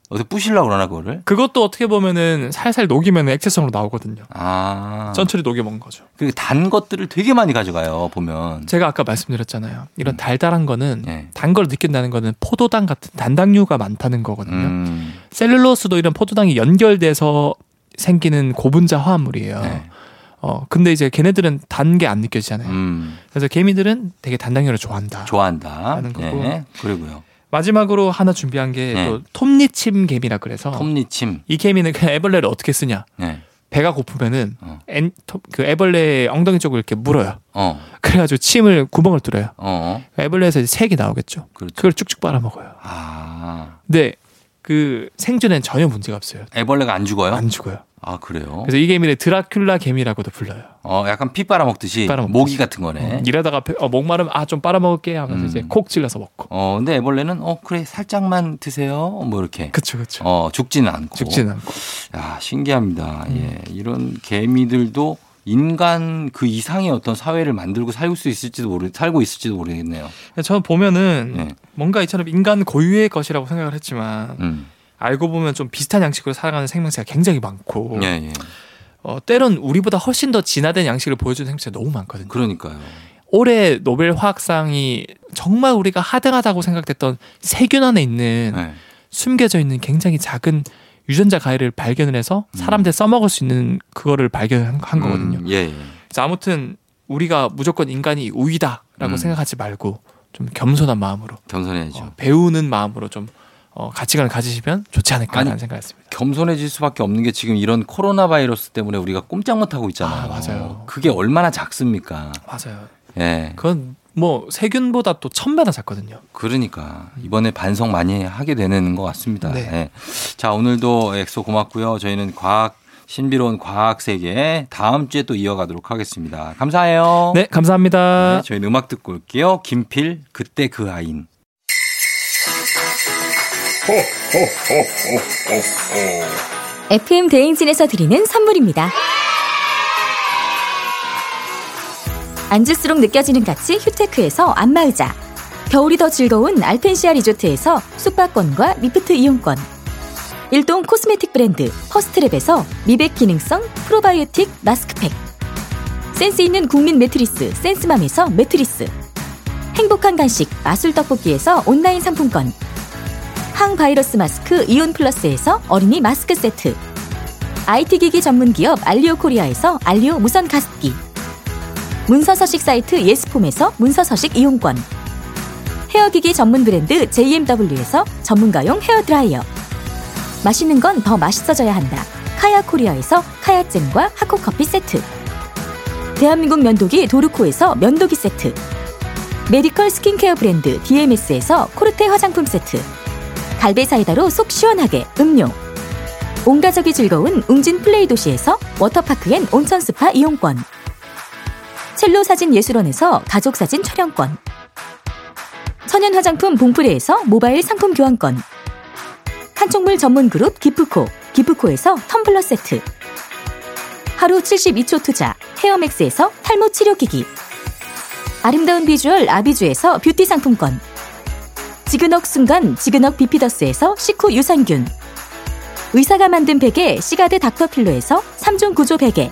[SPEAKER 1] 어떻게 부실려고 그러나 그거를?
[SPEAKER 5] 그것도 어떻게 보면은 살살 녹이면 액체성으로 나오거든요.
[SPEAKER 1] 아.
[SPEAKER 5] 전철이 녹여 먹은 거죠.
[SPEAKER 1] 그 단 것들을 되게 많이 가져가요 보면.
[SPEAKER 5] 제가 아까 말씀드렸잖아요.
[SPEAKER 1] 음.
[SPEAKER 5] 이런 달달한 거는
[SPEAKER 1] 예.
[SPEAKER 5] 단 걸 느낀다는 거는 포도당 같은 단당류가 많다는 거거든요.
[SPEAKER 1] 음.
[SPEAKER 5] 셀룰로스도 이런 포도당이 연결돼서 생기는 고분자 화합물이에요.
[SPEAKER 1] 네.
[SPEAKER 5] 어 근데 이제 걔네들은 단 게 안 느껴지잖아요.
[SPEAKER 1] 음.
[SPEAKER 5] 그래서 개미들은 되게 단당류를 좋아한다.
[SPEAKER 1] 좋아한다.
[SPEAKER 5] 하는 거고.
[SPEAKER 1] 예. 그리고요.
[SPEAKER 5] 마지막으로 하나 준비한 게
[SPEAKER 1] 네.
[SPEAKER 5] 또 톱니침 개미라 그래서
[SPEAKER 1] 톱니침.
[SPEAKER 5] 이 개미는 그냥 애벌레를 어떻게 쓰냐?
[SPEAKER 1] 예.
[SPEAKER 5] 배가 고프면은
[SPEAKER 1] 어.
[SPEAKER 5] 엔, 톱- 그 애벌레의 엉덩이 쪽을 이렇게 물어요.
[SPEAKER 1] 어.
[SPEAKER 5] 그래가지고 침을 구멍을 뚫어요.
[SPEAKER 1] 어.
[SPEAKER 5] 애벌레에서 이제 색이 나오겠죠.
[SPEAKER 1] 그렇죠.
[SPEAKER 5] 그걸 쭉쭉 빨아먹어요.
[SPEAKER 1] 아.
[SPEAKER 5] 근데 그 생존엔 전혀 문제가 없어요.
[SPEAKER 1] 애벌레가 안 죽어요?
[SPEAKER 5] 안 죽어요.
[SPEAKER 1] 아, 그래요.
[SPEAKER 5] 그래서 이 개미를 드라큘라 개미라고도 불러요.
[SPEAKER 1] 어, 약간 피 빨아먹듯이
[SPEAKER 5] 피 빨아먹듯이.
[SPEAKER 1] 모기 같은 거네.
[SPEAKER 5] 이러다가 배- 어, 목마르면 아 좀 빨아먹을게 하면서
[SPEAKER 1] 음.
[SPEAKER 5] 이제 콕 찔러서 먹고.
[SPEAKER 1] 어, 근데 애벌레는 어, 그래. 살짝만 드세요. 뭐 이렇게.
[SPEAKER 5] 그쵸 그쵸.
[SPEAKER 1] 어, 죽지는 않고.
[SPEAKER 5] 죽지는 않고. 음.
[SPEAKER 1] 야, 신기합니다. 예. 이런 개미들도 인간 그 이상의 어떤 사회를 만들고 살고 수 있을지도 모르 살고 있을지도 모르겠네요.
[SPEAKER 5] 저는 보면은
[SPEAKER 1] 네.
[SPEAKER 5] 뭔가 이처럼 인간 고유의 것이라고 생각을 했지만
[SPEAKER 1] 음.
[SPEAKER 5] 알고 보면 좀 비슷한 양식으로 살아가는 생명체가 굉장히 많고
[SPEAKER 1] 예, 예.
[SPEAKER 5] 어, 때론 우리보다 훨씬 더 진화된 양식을 보여주는 생명체가 너무 많거든요.
[SPEAKER 1] 그러니까요.
[SPEAKER 5] 올해 노벨 화학상이 정말 우리가 하등하다고 생각됐던 세균 안에 있는
[SPEAKER 1] 네.
[SPEAKER 5] 숨겨져 있는 굉장히 작은 유전자 가해를 발견을 해서 사람들 써먹을 수 있는 그거를 발견한 거거든요.
[SPEAKER 1] 음, 예, 예.
[SPEAKER 5] 자, 아무튼 우리가 무조건 인간이 우위다라고
[SPEAKER 1] 음.
[SPEAKER 5] 생각하지 말고 좀 겸손한 마음으로
[SPEAKER 1] 겸손해야죠.
[SPEAKER 5] 어, 배우는 마음으로 좀 어, 가치관을 가지시면 좋지 않을까라는
[SPEAKER 1] 아니,
[SPEAKER 5] 생각했습니다.
[SPEAKER 1] 겸손해질 수밖에 없는 게 지금 이런 코로나 바이러스 때문에 우리가 꼼짝 못 하고 있잖아요.
[SPEAKER 5] 아, 맞아요.
[SPEAKER 1] 그게 얼마나 작습니까?
[SPEAKER 5] 맞아요.
[SPEAKER 1] 예.
[SPEAKER 5] 그건 뭐 세균보다 또 천배나 작거든요.
[SPEAKER 1] 그러니까 이번에 반성 많이 하게 되는 것 같습니다.
[SPEAKER 5] 네.
[SPEAKER 1] 예. 자 오늘도 엑소 고맙고요. 저희는 과학 신비로운 과학 세계 다음 주에 또 이어가도록 하겠습니다. 감사해요.
[SPEAKER 5] 네, 감사합니다.
[SPEAKER 1] 어? 네, 저희는 음악 듣고 올게요. 김필 그때 그 아인.
[SPEAKER 7] FM 대행진에서 드리는 선물입니다. 앉을수록 느껴지는 가치 휴테크에서 안마의자 겨울이 더 즐거운 알펜시아 리조트에서 숙박권과 리프트 이용권 일동 코스메틱 브랜드 퍼스트랩에서 미백 기능성 프로바이오틱 마스크팩 센스 있는 국민 매트리스 센스맘에서 매트리스 행복한 간식 마술 떡볶이에서 온라인 상품권 항바이러스 마스크 이온 플러스에서 어린이 마스크 세트. IT 기기 전문 기업 알리오 코리아에서 알리오 무선 가습기. 문서 서식 사이트 예스폼에서 문서 서식 이용권. 헤어 기기 전문 브랜드 JMW에서 전문가용 헤어 드라이어. 맛있는 건 더 맛있어져야 한다. 카야 코리아에서 카야잼과 하코 커피 세트. 대한민국 면도기 도르코에서 면도기 세트. 메디컬 스킨케어 브랜드 DMS에서 코르테 화장품 세트. 갈배 사이다로 속 시원하게 음료. 온 가족이 즐거운 웅진 플레이 도시에서 워터파크 엔 온천 스파 이용권. 첼로 사진 예술원에서 가족 사진 촬영권. 천연 화장품 봉프레에서 모바일 상품 교환권. 한총물 전문 그룹 기프코, 기프코에서 텀블러 세트. 하루 72초 투자 헤어맥스에서 탈모 치료기기. 아름다운 비주얼 아비주에서 뷰티 상품권. 지그넉 순간 지그넉 비피더스에서 식후 유산균 의사가 만든 베개 시가드 닥터필로에서 3종 구조 베개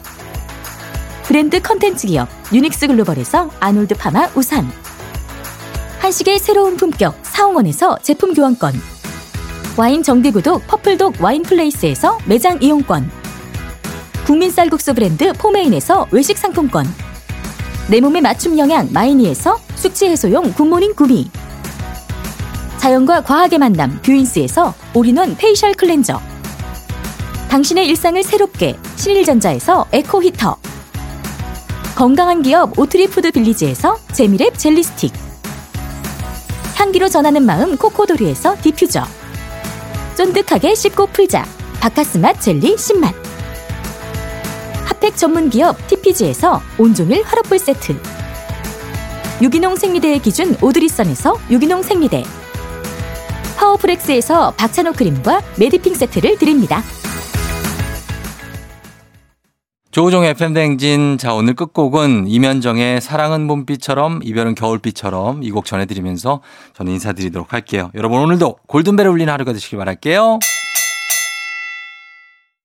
[SPEAKER 7] 브랜드 컨텐츠 기업 유닉스 글로벌에서 아놀드 파마 우산 한식의 새로운 품격 사홍원에서 제품 교환권 와인 정기구독 퍼플독 와인플레이스에서 매장 이용권 국민 쌀국수 브랜드 포메인에서 외식 상품권 내 몸에 맞춤 영양 마이니에서 숙취 해소용 굿모닝 구미 자연과 과학의 만남 뷰인스에서 올인원 페이셜 클렌저 당신의 일상을 새롭게 신일전자에서 에코 히터 건강한 기업 오트리푸드 빌리지에서 재미랩 젤리 스틱 향기로 전하는 마음 코코도리에서 디퓨저 쫀득하게 씹고 풀자 바카스맛 젤리 신맛 핫팩 전문 기업 TPG에서 온종일 화롯불 세트 유기농 생리대의 기준 오드리선에서 유기농 생리대 파워프렉스에서 박찬호 크림과 메디핑 세트를 드립니다.
[SPEAKER 1] 조우종 FM 댕진 자 오늘 끝곡은 이면정의 사랑은 봄비처럼 이별은 겨울비처럼 이 곡 전해드리면서 저는 인사드리도록 할게요. 여러분 오늘도 골든벨 울리는 하루가 되시길 바랄게요.